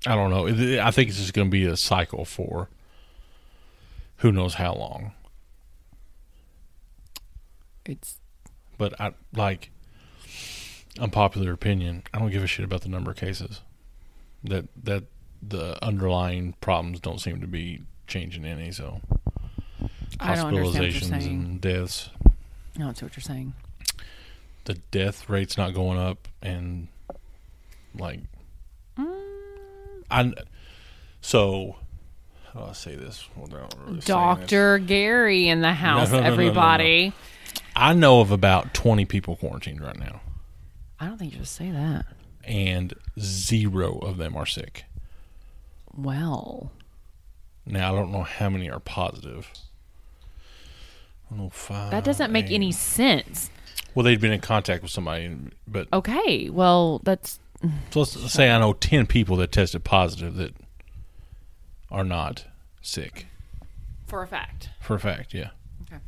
Speaker 2: I don't know. It- I think it's just going to be a cycle for who knows how long.
Speaker 3: It's
Speaker 2: But I like unpopular opinion. I don't give a shit about the number of cases. That that the underlying problems don't seem to be changing any. So
Speaker 3: I don't understand what you're
Speaker 2: hospitalizations
Speaker 3: saying.
Speaker 2: and deaths,
Speaker 3: I don't see what you're saying.
Speaker 2: the death rate's not going up, and like
Speaker 3: Mm.
Speaker 2: I so. I'll say this without really saying this.
Speaker 3: Doctor Gary in the house,
Speaker 2: no, no, no, no,
Speaker 3: everybody.
Speaker 2: I know of about twenty people quarantined right now,
Speaker 3: I don't think you should say that.
Speaker 2: and zero of them are sick.
Speaker 3: Well,
Speaker 2: Now I don't know how many are positive. I don't know five. Oh,
Speaker 3: that doesn't make
Speaker 2: eight.
Speaker 3: any sense.
Speaker 2: Well, they'd been in contact with somebody, but
Speaker 3: Okay, well, that's
Speaker 2: so let's say I know ten people that tested positive that are not sick
Speaker 3: for a fact.
Speaker 2: for a fact. Yeah.
Speaker 3: Okay.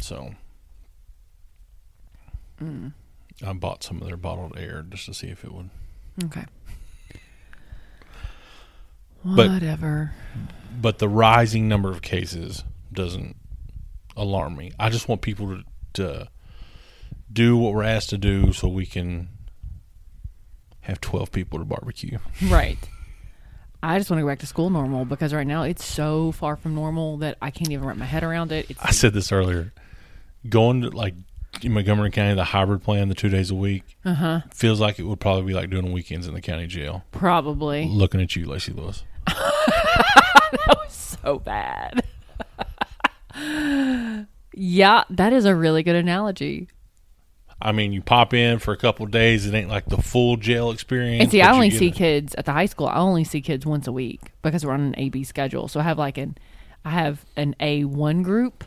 Speaker 2: So
Speaker 3: Mm.
Speaker 2: I bought some of their bottled air just to see if it would.
Speaker 3: Okay.
Speaker 2: But-
Speaker 3: Whatever.
Speaker 2: But the rising number of cases doesn't alarm me. I just want people to, to do what we're asked to do so we can have 12 people to barbecue.
Speaker 3: Right. I just want to go back to school normal because right now it's so far from normal that I can't even wrap my head around it. It's
Speaker 2: I said this earlier. Going to like in Montgomery County, the hybrid plan, the two days a week,
Speaker 3: Uh-huh.
Speaker 2: feels like it would probably be like doing weekends in the county jail.
Speaker 3: probably
Speaker 2: Looking at you, Lacey Lewis.
Speaker 3: so bad. yeah, that is a really good analogy.
Speaker 2: I mean, you pop in for a couple of days. It ain't like the full jail experience.
Speaker 3: And see,
Speaker 2: but
Speaker 3: I
Speaker 2: you
Speaker 3: only
Speaker 2: get
Speaker 3: see
Speaker 2: it.
Speaker 3: kids at the high school. I only see kids once a week because we're on an AB schedule. So I have like an, I have an A one group,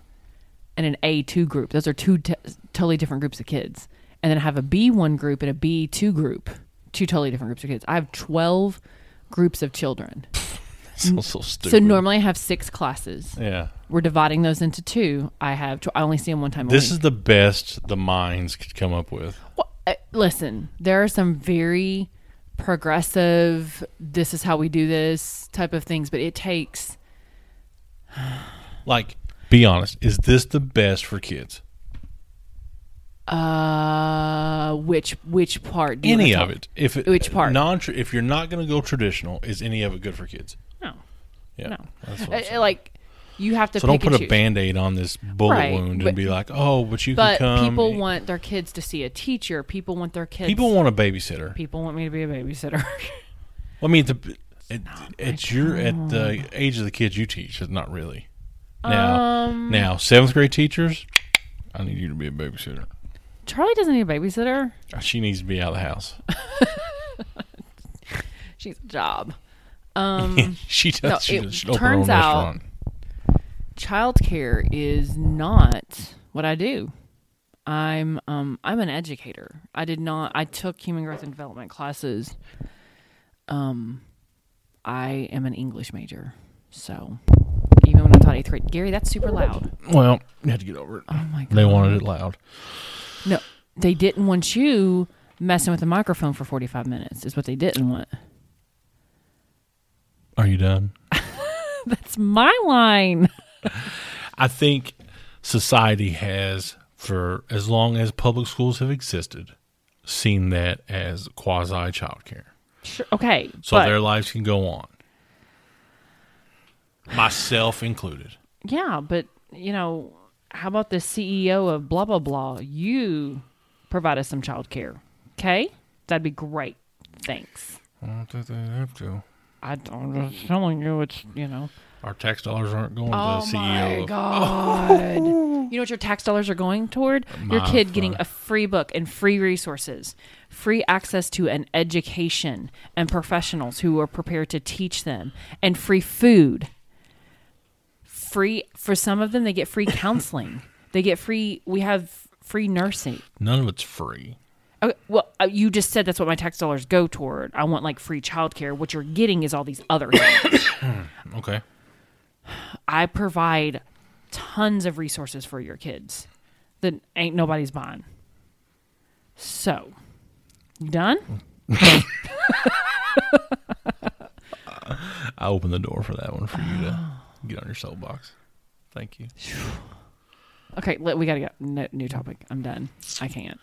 Speaker 3: and an A two group. Those are two t- totally different groups of kids. And then I have a B one group and a B two group. Two totally different groups of kids. I have twelve groups of children.
Speaker 2: so, so stupid.
Speaker 3: So normally I have six classes.
Speaker 2: yeah.
Speaker 3: We're dividing those into two. I have. Tw- I only see them one time.
Speaker 2: This
Speaker 3: a
Speaker 2: is
Speaker 3: week.
Speaker 2: the best the minds could come up with.
Speaker 3: Well, uh, listen. There are some very progressive. This is how we do this type of things, but it takes.
Speaker 2: Like, be honest, is this the best for kids?
Speaker 3: Uh, which which part? Do you
Speaker 2: Any
Speaker 3: wanna
Speaker 2: of
Speaker 3: talk-
Speaker 2: it? If it,
Speaker 3: Which part?
Speaker 2: Non, if you're not going to go traditional, is any of it good for kids?
Speaker 3: No,
Speaker 2: Yeah.
Speaker 3: no.
Speaker 2: That's what I'm
Speaker 3: Uh,
Speaker 2: saying.
Speaker 3: like you have to.
Speaker 2: so
Speaker 3: pick
Speaker 2: don't put
Speaker 3: and
Speaker 2: a
Speaker 3: choose.
Speaker 2: band aid on this bullet
Speaker 3: Right,
Speaker 2: wound
Speaker 3: but-
Speaker 2: and be like, oh, but you
Speaker 3: But
Speaker 2: can come. e-"
Speaker 3: people want their kids to see a teacher. People want their kids.
Speaker 2: people want a babysitter.
Speaker 3: people want me to be a babysitter.
Speaker 2: Well, I mean, the, it, it's your at the age of the kids you teach. It's not really. Now,
Speaker 3: Um,
Speaker 2: now seventh grade teachers, I need you to be a babysitter.
Speaker 3: Charlie doesn't need a babysitter.
Speaker 2: She needs to be out of the house.
Speaker 3: She's a job.
Speaker 2: she does.
Speaker 3: No,
Speaker 2: she
Speaker 3: it
Speaker 2: does. She'd open
Speaker 3: turns
Speaker 2: her own
Speaker 3: out-
Speaker 2: restaurant.
Speaker 3: childcare is not what I do. I'm um I'm an educator. I did not I took human growth and development classes. Um I am an English major. So even when I taught eighth grade, Gary, that's super loud. Oh
Speaker 2: Well, you had to get over it.
Speaker 3: my
Speaker 2: They wanted it loud.
Speaker 3: No, they didn't want you messing with the microphone for forty five minutes. Is what they didn't want.
Speaker 2: Are you done?
Speaker 3: That's my line.
Speaker 2: I think society has, for as long as public schools have existed, seen that as quasi childcare.
Speaker 3: Sure, okay,
Speaker 2: so
Speaker 3: but-
Speaker 2: their lives can go on. Myself included.
Speaker 3: Yeah, but you know, how about the CEO of blah blah blah? You provide us some child care. Okay? That'd be great. Thanks.
Speaker 2: I don't think they have to.
Speaker 3: I don't, I'm just telling you, it's you know.
Speaker 2: Our tax dollars aren't going
Speaker 3: Oh
Speaker 2: to the E CEO.
Speaker 3: my
Speaker 2: of-
Speaker 3: god! you know what your tax dollars are going toward? your
Speaker 2: My
Speaker 3: kid getting a free book and free resources, free access to an education and professionals who are prepared to teach them, and free food. Free for some of them, they get free counseling. they get free. We have free nursing.
Speaker 2: None of it's free.
Speaker 3: Okay, well, uh, you just said that's what my tax dollars go toward. I want like free childcare. What you're getting is all these other things.
Speaker 2: Okay.
Speaker 3: I provide tons of resources for your kids that ain't nobody's buying. So, you done?
Speaker 2: Mm. I opened the door for that one for you to get on your soapbox. Thank you.
Speaker 3: Okay, let, we gotta go. No, new topic. I'm done. I can't.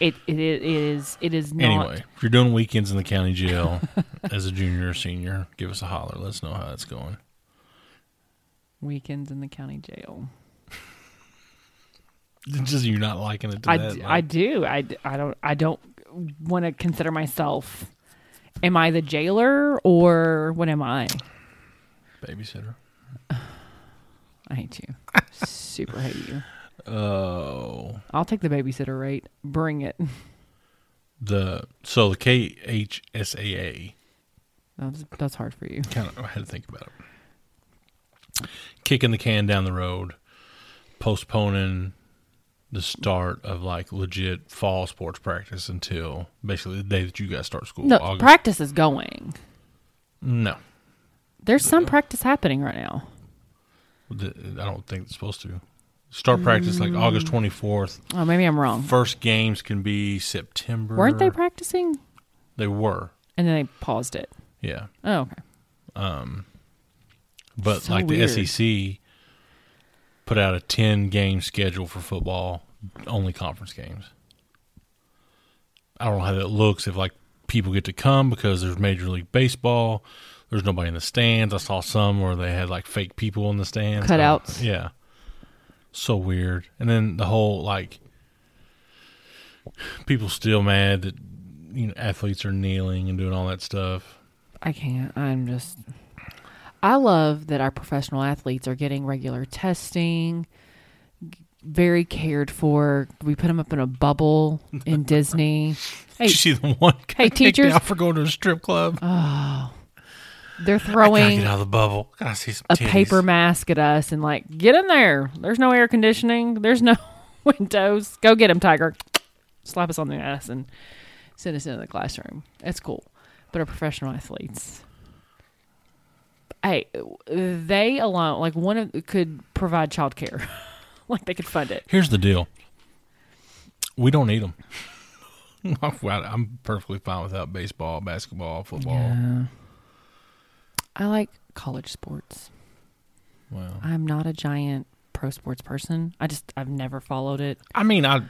Speaker 3: It it, it is it is not.
Speaker 2: Anyway, if you're doing weekends in the county jail as a junior or senior, give us a holler. Let us know how it's going.
Speaker 3: Weekends in the county jail.
Speaker 2: Just you not liking it. To
Speaker 3: I,
Speaker 2: that,
Speaker 3: d-
Speaker 2: like-
Speaker 3: I do. I, d- I don't I don't want to consider myself. Am I the jailer or what am I?
Speaker 2: babysitter.
Speaker 3: I hate you. Super hate you.
Speaker 2: Oh,
Speaker 3: I'll take the babysitter rate. Bring it.
Speaker 2: the so the KHSAA
Speaker 3: That's, that's hard for you.
Speaker 2: kind of I had to think about it. Kicking the can down the road, postponing the start of like legit fall sports practice until basically the day that you guys start school.
Speaker 3: No,
Speaker 2: August.
Speaker 3: practice is going.
Speaker 2: no,
Speaker 3: There's some practice happening right now.
Speaker 2: The- I don't think it's supposed to. Start practice like
Speaker 3: Mm.
Speaker 2: August twenty fourth.
Speaker 3: Oh, maybe I'm wrong.
Speaker 2: First games can be September.
Speaker 3: Weren't they practicing?
Speaker 2: they were.
Speaker 3: And then they paused it.
Speaker 2: Yeah.
Speaker 3: Oh, okay.
Speaker 2: But
Speaker 3: So
Speaker 2: like
Speaker 3: weird.
Speaker 2: the SEC put out a 10 game schedule for football, only conference games. I don't know how that looks if like people get to come because there's Major League Baseball, there's nobody in the stands. I saw some where they had like fake people in the stands.
Speaker 3: Cutouts.
Speaker 2: Um, yeah. So weird. And then the whole like people still mad that you know athletes are kneeling and doing all that stuff.
Speaker 3: I can't. I'm just. I love that our professional athletes are getting regular testing, g- very cared for. We put them up in a bubble in Disney. Hey,
Speaker 2: Did you see the one guy
Speaker 3: Hey,
Speaker 2: kicked
Speaker 3: teachers.
Speaker 2: out for going to a strip club?
Speaker 3: they're
Speaker 2: Gotta
Speaker 3: throwing
Speaker 2: get out of the bubble. Gotta see some
Speaker 3: a
Speaker 2: titties.
Speaker 3: paper mask at us and like, get in there. There's no air conditioning. There's no windows. Go get him, Tiger. Slap us on the ass and send us into the classroom. That's cool. But our professional athletes, hey, they alone, like one of could provide childcare. like they could fund it.
Speaker 2: Here's the deal. We don't need them. I'm perfectly fine without baseball, basketball, football.
Speaker 3: I like college sports.
Speaker 2: Well,
Speaker 3: I'm not a giant pro sports person. I just I've never followed it.
Speaker 2: I mean, I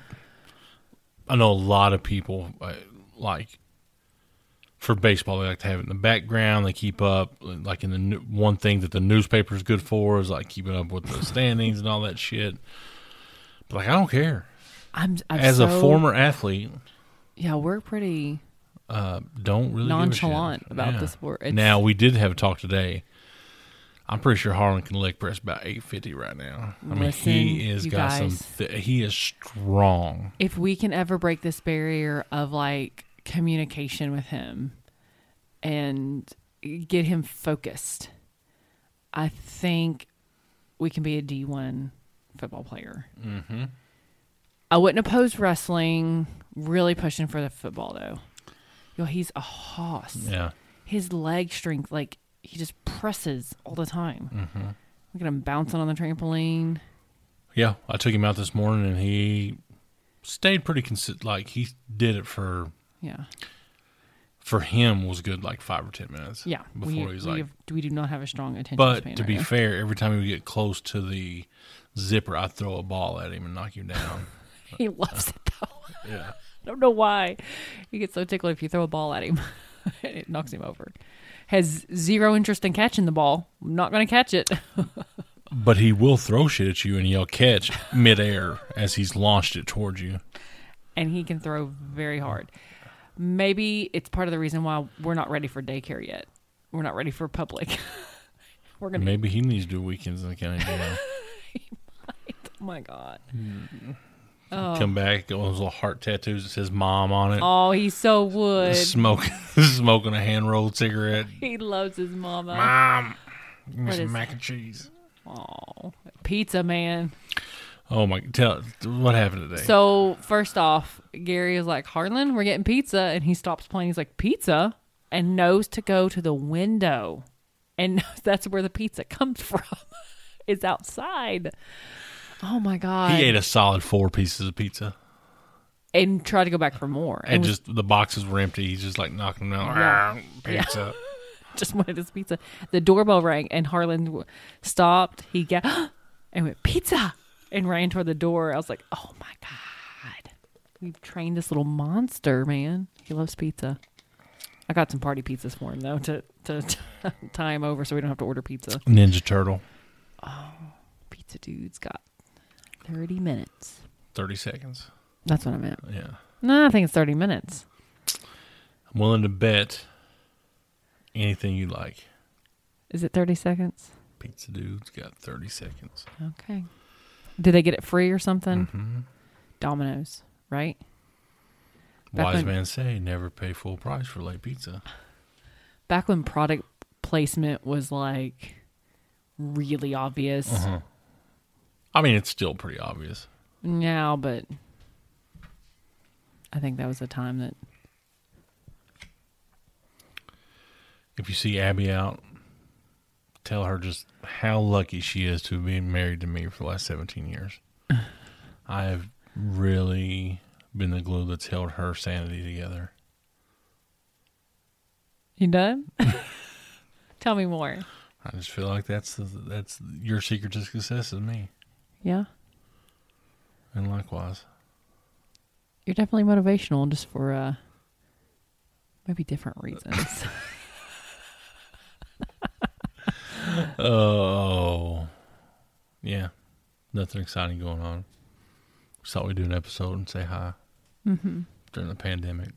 Speaker 2: I know a lot of people uh, like for baseball. They like to have it in the background. They keep up. Like in the new, one thing that the newspaper is good for is like keeping up with the standings and all that shit. But like, I don't care.
Speaker 3: I'm, I'm
Speaker 2: As a
Speaker 3: so-
Speaker 2: former athlete,
Speaker 3: yeah, we're pretty
Speaker 2: uh, don't really give a shit.
Speaker 3: Nonchalant about the sport. It's-
Speaker 2: Now we did have a talk today. I'm pretty sure Harlan can leg press about 850 right now. I mean, he
Speaker 3: Listen,
Speaker 2: is
Speaker 3: you
Speaker 2: got
Speaker 3: guys.
Speaker 2: some. Th- he is strong.
Speaker 3: if we can ever break this barrier of like communication with him and get him focused, I think we can be a D1 football player. Mm-hmm. I wouldn't oppose wrestling, really pushing for the football though. Yo, he's a hoss.
Speaker 2: Yeah,
Speaker 3: His leg strength, like, he just presses all the time.
Speaker 2: Mm-hmm.
Speaker 3: Look at him bouncing on the trampoline.
Speaker 2: yeah. I took him out this morning and he stayed pretty consistent. Like he did it for
Speaker 3: Yeah.
Speaker 2: for him was good like five or ten minutes.
Speaker 3: Yeah,
Speaker 2: before
Speaker 3: we,
Speaker 2: he was
Speaker 3: we,
Speaker 2: like.
Speaker 3: have, we do not have a strong attention span.
Speaker 2: but to be
Speaker 3: right
Speaker 2: fair, every time we get close to the zipper, I throw a ball at him and knock him down.
Speaker 3: now. he loves it though.
Speaker 2: yeah.
Speaker 3: I don't know why. He gets so tickled if you throw a ball at him, it knocks him over. Has zero interest in catching the ball. I'm not going to catch it.
Speaker 2: But he will throw shit at you and yell catch midair as he's launched it towards you.
Speaker 3: and he can throw very hard. Maybe it's part of the reason why we're not ready for daycare yet. We're not ready for public. we're gonna.
Speaker 2: Maybe he needs to do weekends in the county jail.
Speaker 3: Oh my god.
Speaker 2: Come back, get one of those little heart tattoos that says mom on it.
Speaker 3: Oh, he so would.
Speaker 2: Smoking smoking a hand rolled cigarette.
Speaker 3: He loves his mama.
Speaker 2: Give me some
Speaker 3: is-
Speaker 2: mac and cheese.
Speaker 3: Oh, pizza man.
Speaker 2: Oh my tell what happened today.
Speaker 3: So first off, Gary is like, Harlan, we're getting pizza, and he stops playing. He's like, pizza, and knows to go to the window, and knows that's where the pizza comes from. it's outside. Oh my god!
Speaker 2: he ate a solid four pieces of pizza.
Speaker 3: and tried to go back for more,
Speaker 2: And
Speaker 3: was-
Speaker 2: just the boxes were empty. He's just like knocking them out.
Speaker 3: Yeah.
Speaker 2: "Arr, Pizza.
Speaker 3: just wanted his pizza. The doorbell rang, and Harlan w- stopped. He got and went pizza and ran toward the door. I was like, oh my god, we've trained this little monster, man. He loves pizza. I got some party pizzas for him though to to, to time over, so we don't have to order pizza.
Speaker 2: Ninja Turtle.
Speaker 3: Pizza dude's got thirty minutes.
Speaker 2: Thirty seconds.
Speaker 3: That's what I meant.
Speaker 2: Yeah.
Speaker 3: No, I think it's thirty minutes.
Speaker 2: I'm willing to bet anything you like.
Speaker 3: Is it thirty seconds?
Speaker 2: Pizza dude's got 30 seconds.
Speaker 3: Okay. Do they get it free or something? Domino's, right? Back
Speaker 2: Wise
Speaker 3: when-
Speaker 2: man say never pay full price for late pizza.
Speaker 3: back when product placement was like really obvious.
Speaker 2: Uh-huh. I mean, it's still pretty obvious.
Speaker 3: now, but I think that was a time that
Speaker 2: If you see Abby out, tell her just how lucky she is to have been married to me for the last 17 years. I have really been the glue that's held her sanity together.
Speaker 3: you done. Tell me more.
Speaker 2: I just feel like that's the, that's your secret to success is me,
Speaker 3: Yeah,
Speaker 2: and likewise.
Speaker 3: you're definitely motivational, just for uh, maybe different reasons.
Speaker 2: Oh, yeah, nothing exciting going on. Just thought we'd do an episode and say hi
Speaker 3: Mm-hmm.
Speaker 2: during the pandemic.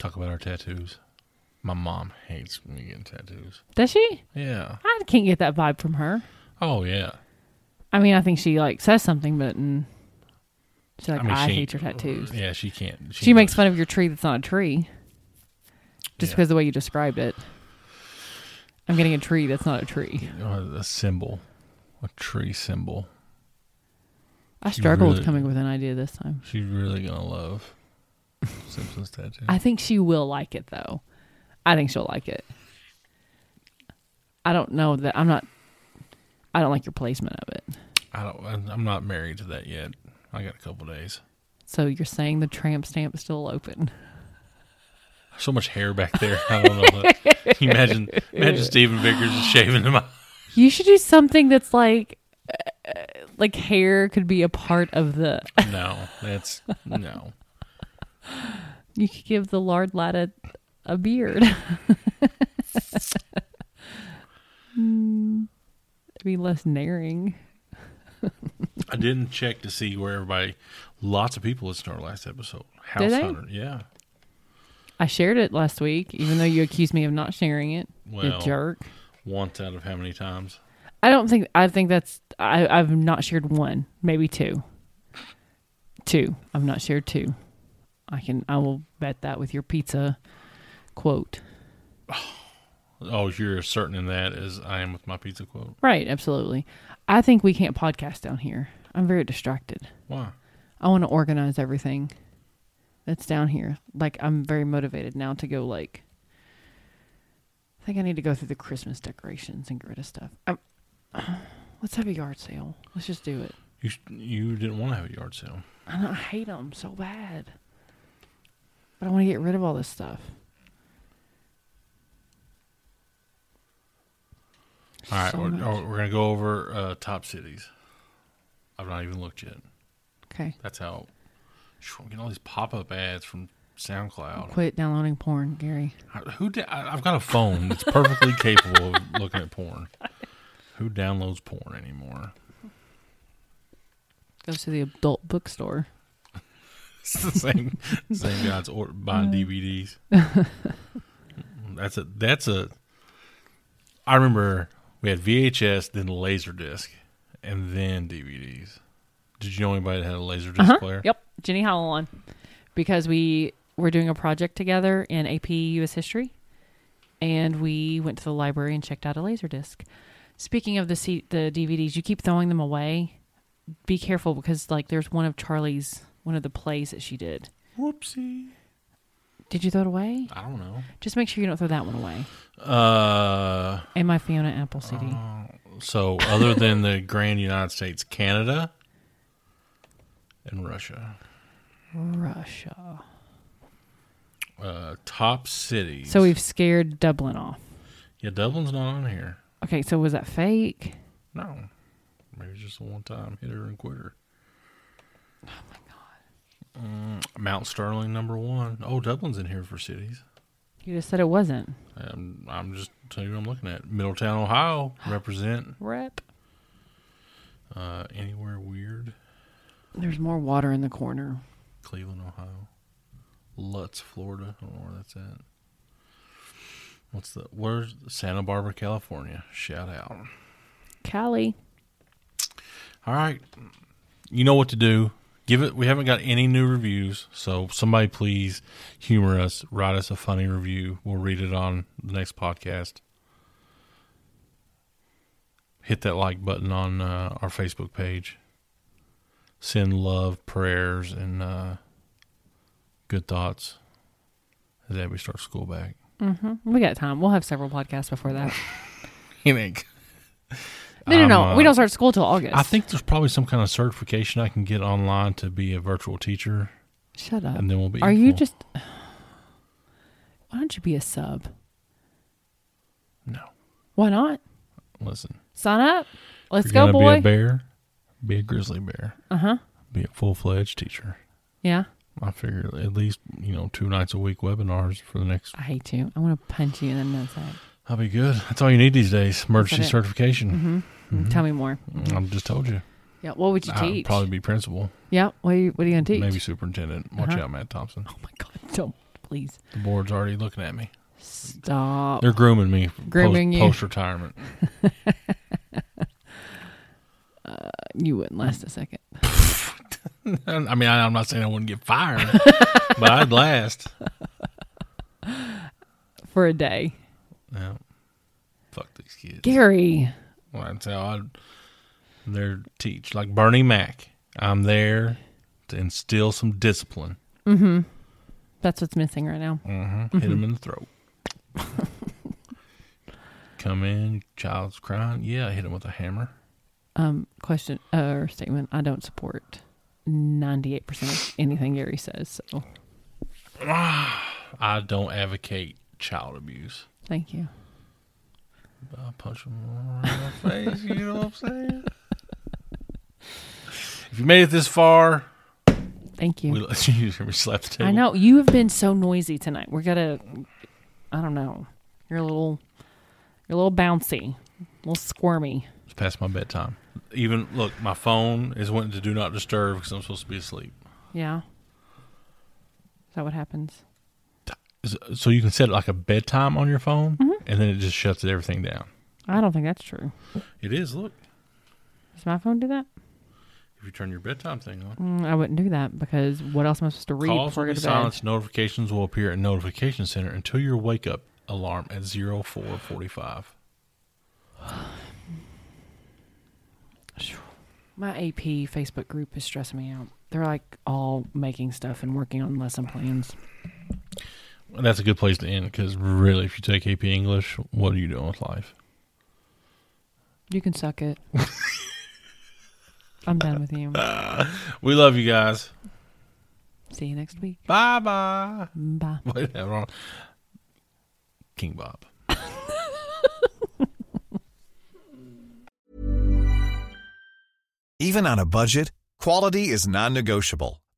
Speaker 2: Talk about our tattoos. My mom hates me getting tattoos.
Speaker 3: Does she?
Speaker 2: Yeah.
Speaker 3: I can't get that vibe from her.
Speaker 2: Oh yeah.
Speaker 3: I mean, I think she like says something, but mm, she's like, I,
Speaker 2: mean, she-
Speaker 3: hate your tattoos.
Speaker 2: Yeah, she can't.
Speaker 3: She makes fun of your tree that's not a tree, just
Speaker 2: Yeah.
Speaker 3: because of the way you described it. I'm getting a tree that's not a tree.
Speaker 2: Uh, a symbol, a tree symbol.
Speaker 3: I struggled
Speaker 2: really-
Speaker 3: coming with an idea this time.
Speaker 2: She's really gonna love Simpsons tattoo.
Speaker 3: I think she will like it though. I think she'll like it. I don't know that I'm not. I don't like your placement of it.
Speaker 2: I don't. I'm- I'm not married to that yet. I got a couple days.
Speaker 3: So you're saying the tramp stamp is still open?
Speaker 2: So much hair back there. I don't know. Can you imagine? Imagine Stephen Vickers just shaving him.
Speaker 3: You should do something that's like, uh, like hair could be a part of the.
Speaker 2: No, that's no.
Speaker 3: You could give the lard lad a, a beard. Hmm. It'd be less narring.
Speaker 2: I didn't check to see where everybody. Lots of people listened to our last episode. House
Speaker 3: they?
Speaker 2: hunter. Yeah.
Speaker 3: I shared it last week, even though you accused me of not sharing it. you
Speaker 2: Well.
Speaker 3: jerk.
Speaker 2: Once out of how many times?
Speaker 3: I don't think I think that's I, I've not shared one, maybe two. Two. I've not shared two. I can I will bet that with your pizza quote.
Speaker 2: Oh, you're as certain in that as I am with my pizza quote.
Speaker 3: Right, absolutely. I think we can't podcast down here. I'm very distracted.
Speaker 2: Why?
Speaker 3: I want to organize everything that's down here. Like I'm very motivated now to go like I think I need to go through the Christmas decorations and get rid of stuff. i let's have a yard sale. Let's just do it.
Speaker 2: You you didn't want to have a yard sale.
Speaker 3: I, know, I hate them so bad. But I want to get rid of all this stuff.
Speaker 2: All right,
Speaker 3: So
Speaker 2: we're, oh,
Speaker 3: much.
Speaker 2: we're gonna go over uh, top cities. I've not even looked yet.
Speaker 3: Okay.
Speaker 2: That's how. Phew, I'm getting all these pop up ads from SoundCloud.
Speaker 3: Quit downloading porn, Gary.
Speaker 2: I- Who da- I, I've got a phone that's perfectly capable of looking at porn. Who downloads porn anymore?
Speaker 3: Go to the adult bookstore.
Speaker 2: It's the same same guys or buying DVDs. That's a that's a. I remember we had VHS, then Laserdisc, and then DVDs. Did you know anybody that had a Laserdisc player?
Speaker 3: Yep. Jenny Howell on. Because we were doing a project together in AP US history and we went to the library and checked out a laser disc. Speaking of the C- the DVDs, you keep throwing them away. Be careful because like there's one of Charlie's one of the plays that she did.
Speaker 2: Whoopsie.
Speaker 3: Did you throw it away?
Speaker 2: I don't know.
Speaker 3: Just make sure you don't throw that one away.
Speaker 2: Uh,
Speaker 3: And my Fiona Apple CD.
Speaker 2: so other than the grand United States, Canada, and Russia,
Speaker 3: Russia.
Speaker 2: uh, top cities.
Speaker 3: So we've scared Dublin off.
Speaker 2: yeah, Dublin's not on here.
Speaker 3: Okay, so was that fake?
Speaker 2: No, maybe it's just a one time hitter and quitter. Oh my god. Mount Sterling number one. Oh, Dublin's in here for cities.
Speaker 3: You just said it wasn't.
Speaker 2: I'm, I'm just telling you what I'm looking at. Middletown, Ohio, represent
Speaker 3: Rep.
Speaker 2: uh, anywhere weird.
Speaker 3: There's more water in the corner.
Speaker 2: Cleveland, Ohio. Lutz, Florida. I don't know where that's at. What's the where's Santa Barbara, California? Shout out.
Speaker 3: Cali.
Speaker 2: All right. You know what to do. Give it we haven't got any new reviews, so somebody please humor us. Write us a funny review. We'll read it on the next podcast. Hit that like button on uh, our Facebook page. send love, prayers, and uh, good thoughts as that we start school back.
Speaker 3: We got time. We'll have several podcasts before that.
Speaker 2: You think?
Speaker 3: No, no,
Speaker 2: I'm,
Speaker 3: no.
Speaker 2: uh,
Speaker 3: we don't start school till August.
Speaker 2: I think there's probably some kind of certification I can get online to be a virtual teacher,
Speaker 3: Shut up.
Speaker 2: and then we'll be.
Speaker 3: Are you
Speaker 2: equal.
Speaker 3: just? Why don't you be a sub?
Speaker 2: no?
Speaker 3: Why not?
Speaker 2: Listen,
Speaker 3: Sign up. Let's
Speaker 2: if
Speaker 3: go,
Speaker 2: you're gonna be
Speaker 3: boy. Uh-huh.
Speaker 2: a bear, be a grizzly bear. Uh huh. Be a full fledged teacher.
Speaker 3: yeah.
Speaker 2: I figure at least you know two nights a week webinars for the next.
Speaker 3: I hate you. I want to punch you in the nose.
Speaker 2: I'll be good. That's all you need these days. Emergency
Speaker 3: it.
Speaker 2: certification. Mm-hmm.
Speaker 3: Tell me more.
Speaker 2: I've just told you.
Speaker 3: Yeah. What would you
Speaker 2: I'd
Speaker 3: teach?
Speaker 2: probably be principal,
Speaker 3: yeah. What are you, what are you gonna teach?
Speaker 2: maybe superintendent. Watch out, Matt Thompson.
Speaker 3: Oh my God! Don't please
Speaker 2: The board's already looking at me.
Speaker 3: stop.
Speaker 2: They're grooming me.
Speaker 3: Uh, Grooming you.
Speaker 2: post, Post retirement.
Speaker 3: You wouldn't last a second.
Speaker 2: I mean, I, I'm not saying I wouldn't get fired, but I'd last.
Speaker 3: for a day.
Speaker 2: Yeah. Fuck these kids.
Speaker 3: Gary,
Speaker 2: Well, that's how I. They're teach like Bernie Mac. I'm there to instill some discipline.
Speaker 3: that's what's missing right now.
Speaker 2: Hit him in the throat. Come in, child's crying. Yeah, hit him with a hammer.
Speaker 3: Um, question uh, or statement: I don't support ninety-eight percent of anything Gary says. So,
Speaker 2: I don't advocate child abuse.
Speaker 3: thank you.
Speaker 2: I punch him right in the face. You know what I'm saying? If you made it this far,
Speaker 3: Thank you.
Speaker 2: we let you we slap the table.
Speaker 3: I know you have been so noisy tonight. We're gonna, I don't know. You're a little, you're a little bouncy, a little squirmy.
Speaker 2: It's past my bedtime. Even look, my phone is went to do not disturb because I'm supposed to be asleep.
Speaker 3: Yeah. Is that what happens?
Speaker 2: S- So you can set it like a bedtime on your phone,
Speaker 3: Mm-hmm.
Speaker 2: and then it just shuts everything down.
Speaker 3: I don't think that's true.
Speaker 2: It is. Look,
Speaker 3: Does my phone do that?
Speaker 2: if you turn your bedtime thing on,
Speaker 3: Mm, I wouldn't do that because what else am I supposed to read
Speaker 2: calls
Speaker 3: before
Speaker 2: will
Speaker 3: I go
Speaker 2: be
Speaker 3: to bed?
Speaker 2: silenced. Notifications will appear at notification center until your wake up alarm at 0445.
Speaker 3: My AP Facebook group is stressing me out. They're like all making stuff and working on lesson plans.
Speaker 2: And that's a good place to end because really, if you take AP English, what are you doing with life?
Speaker 3: You can suck it. I'm done with you.
Speaker 2: We love you guys.
Speaker 3: See you next week.
Speaker 2: Bye bye.
Speaker 3: Bye.
Speaker 2: Wait, that wrong. King Bob.
Speaker 4: Even on a budget, quality is non-negotiable.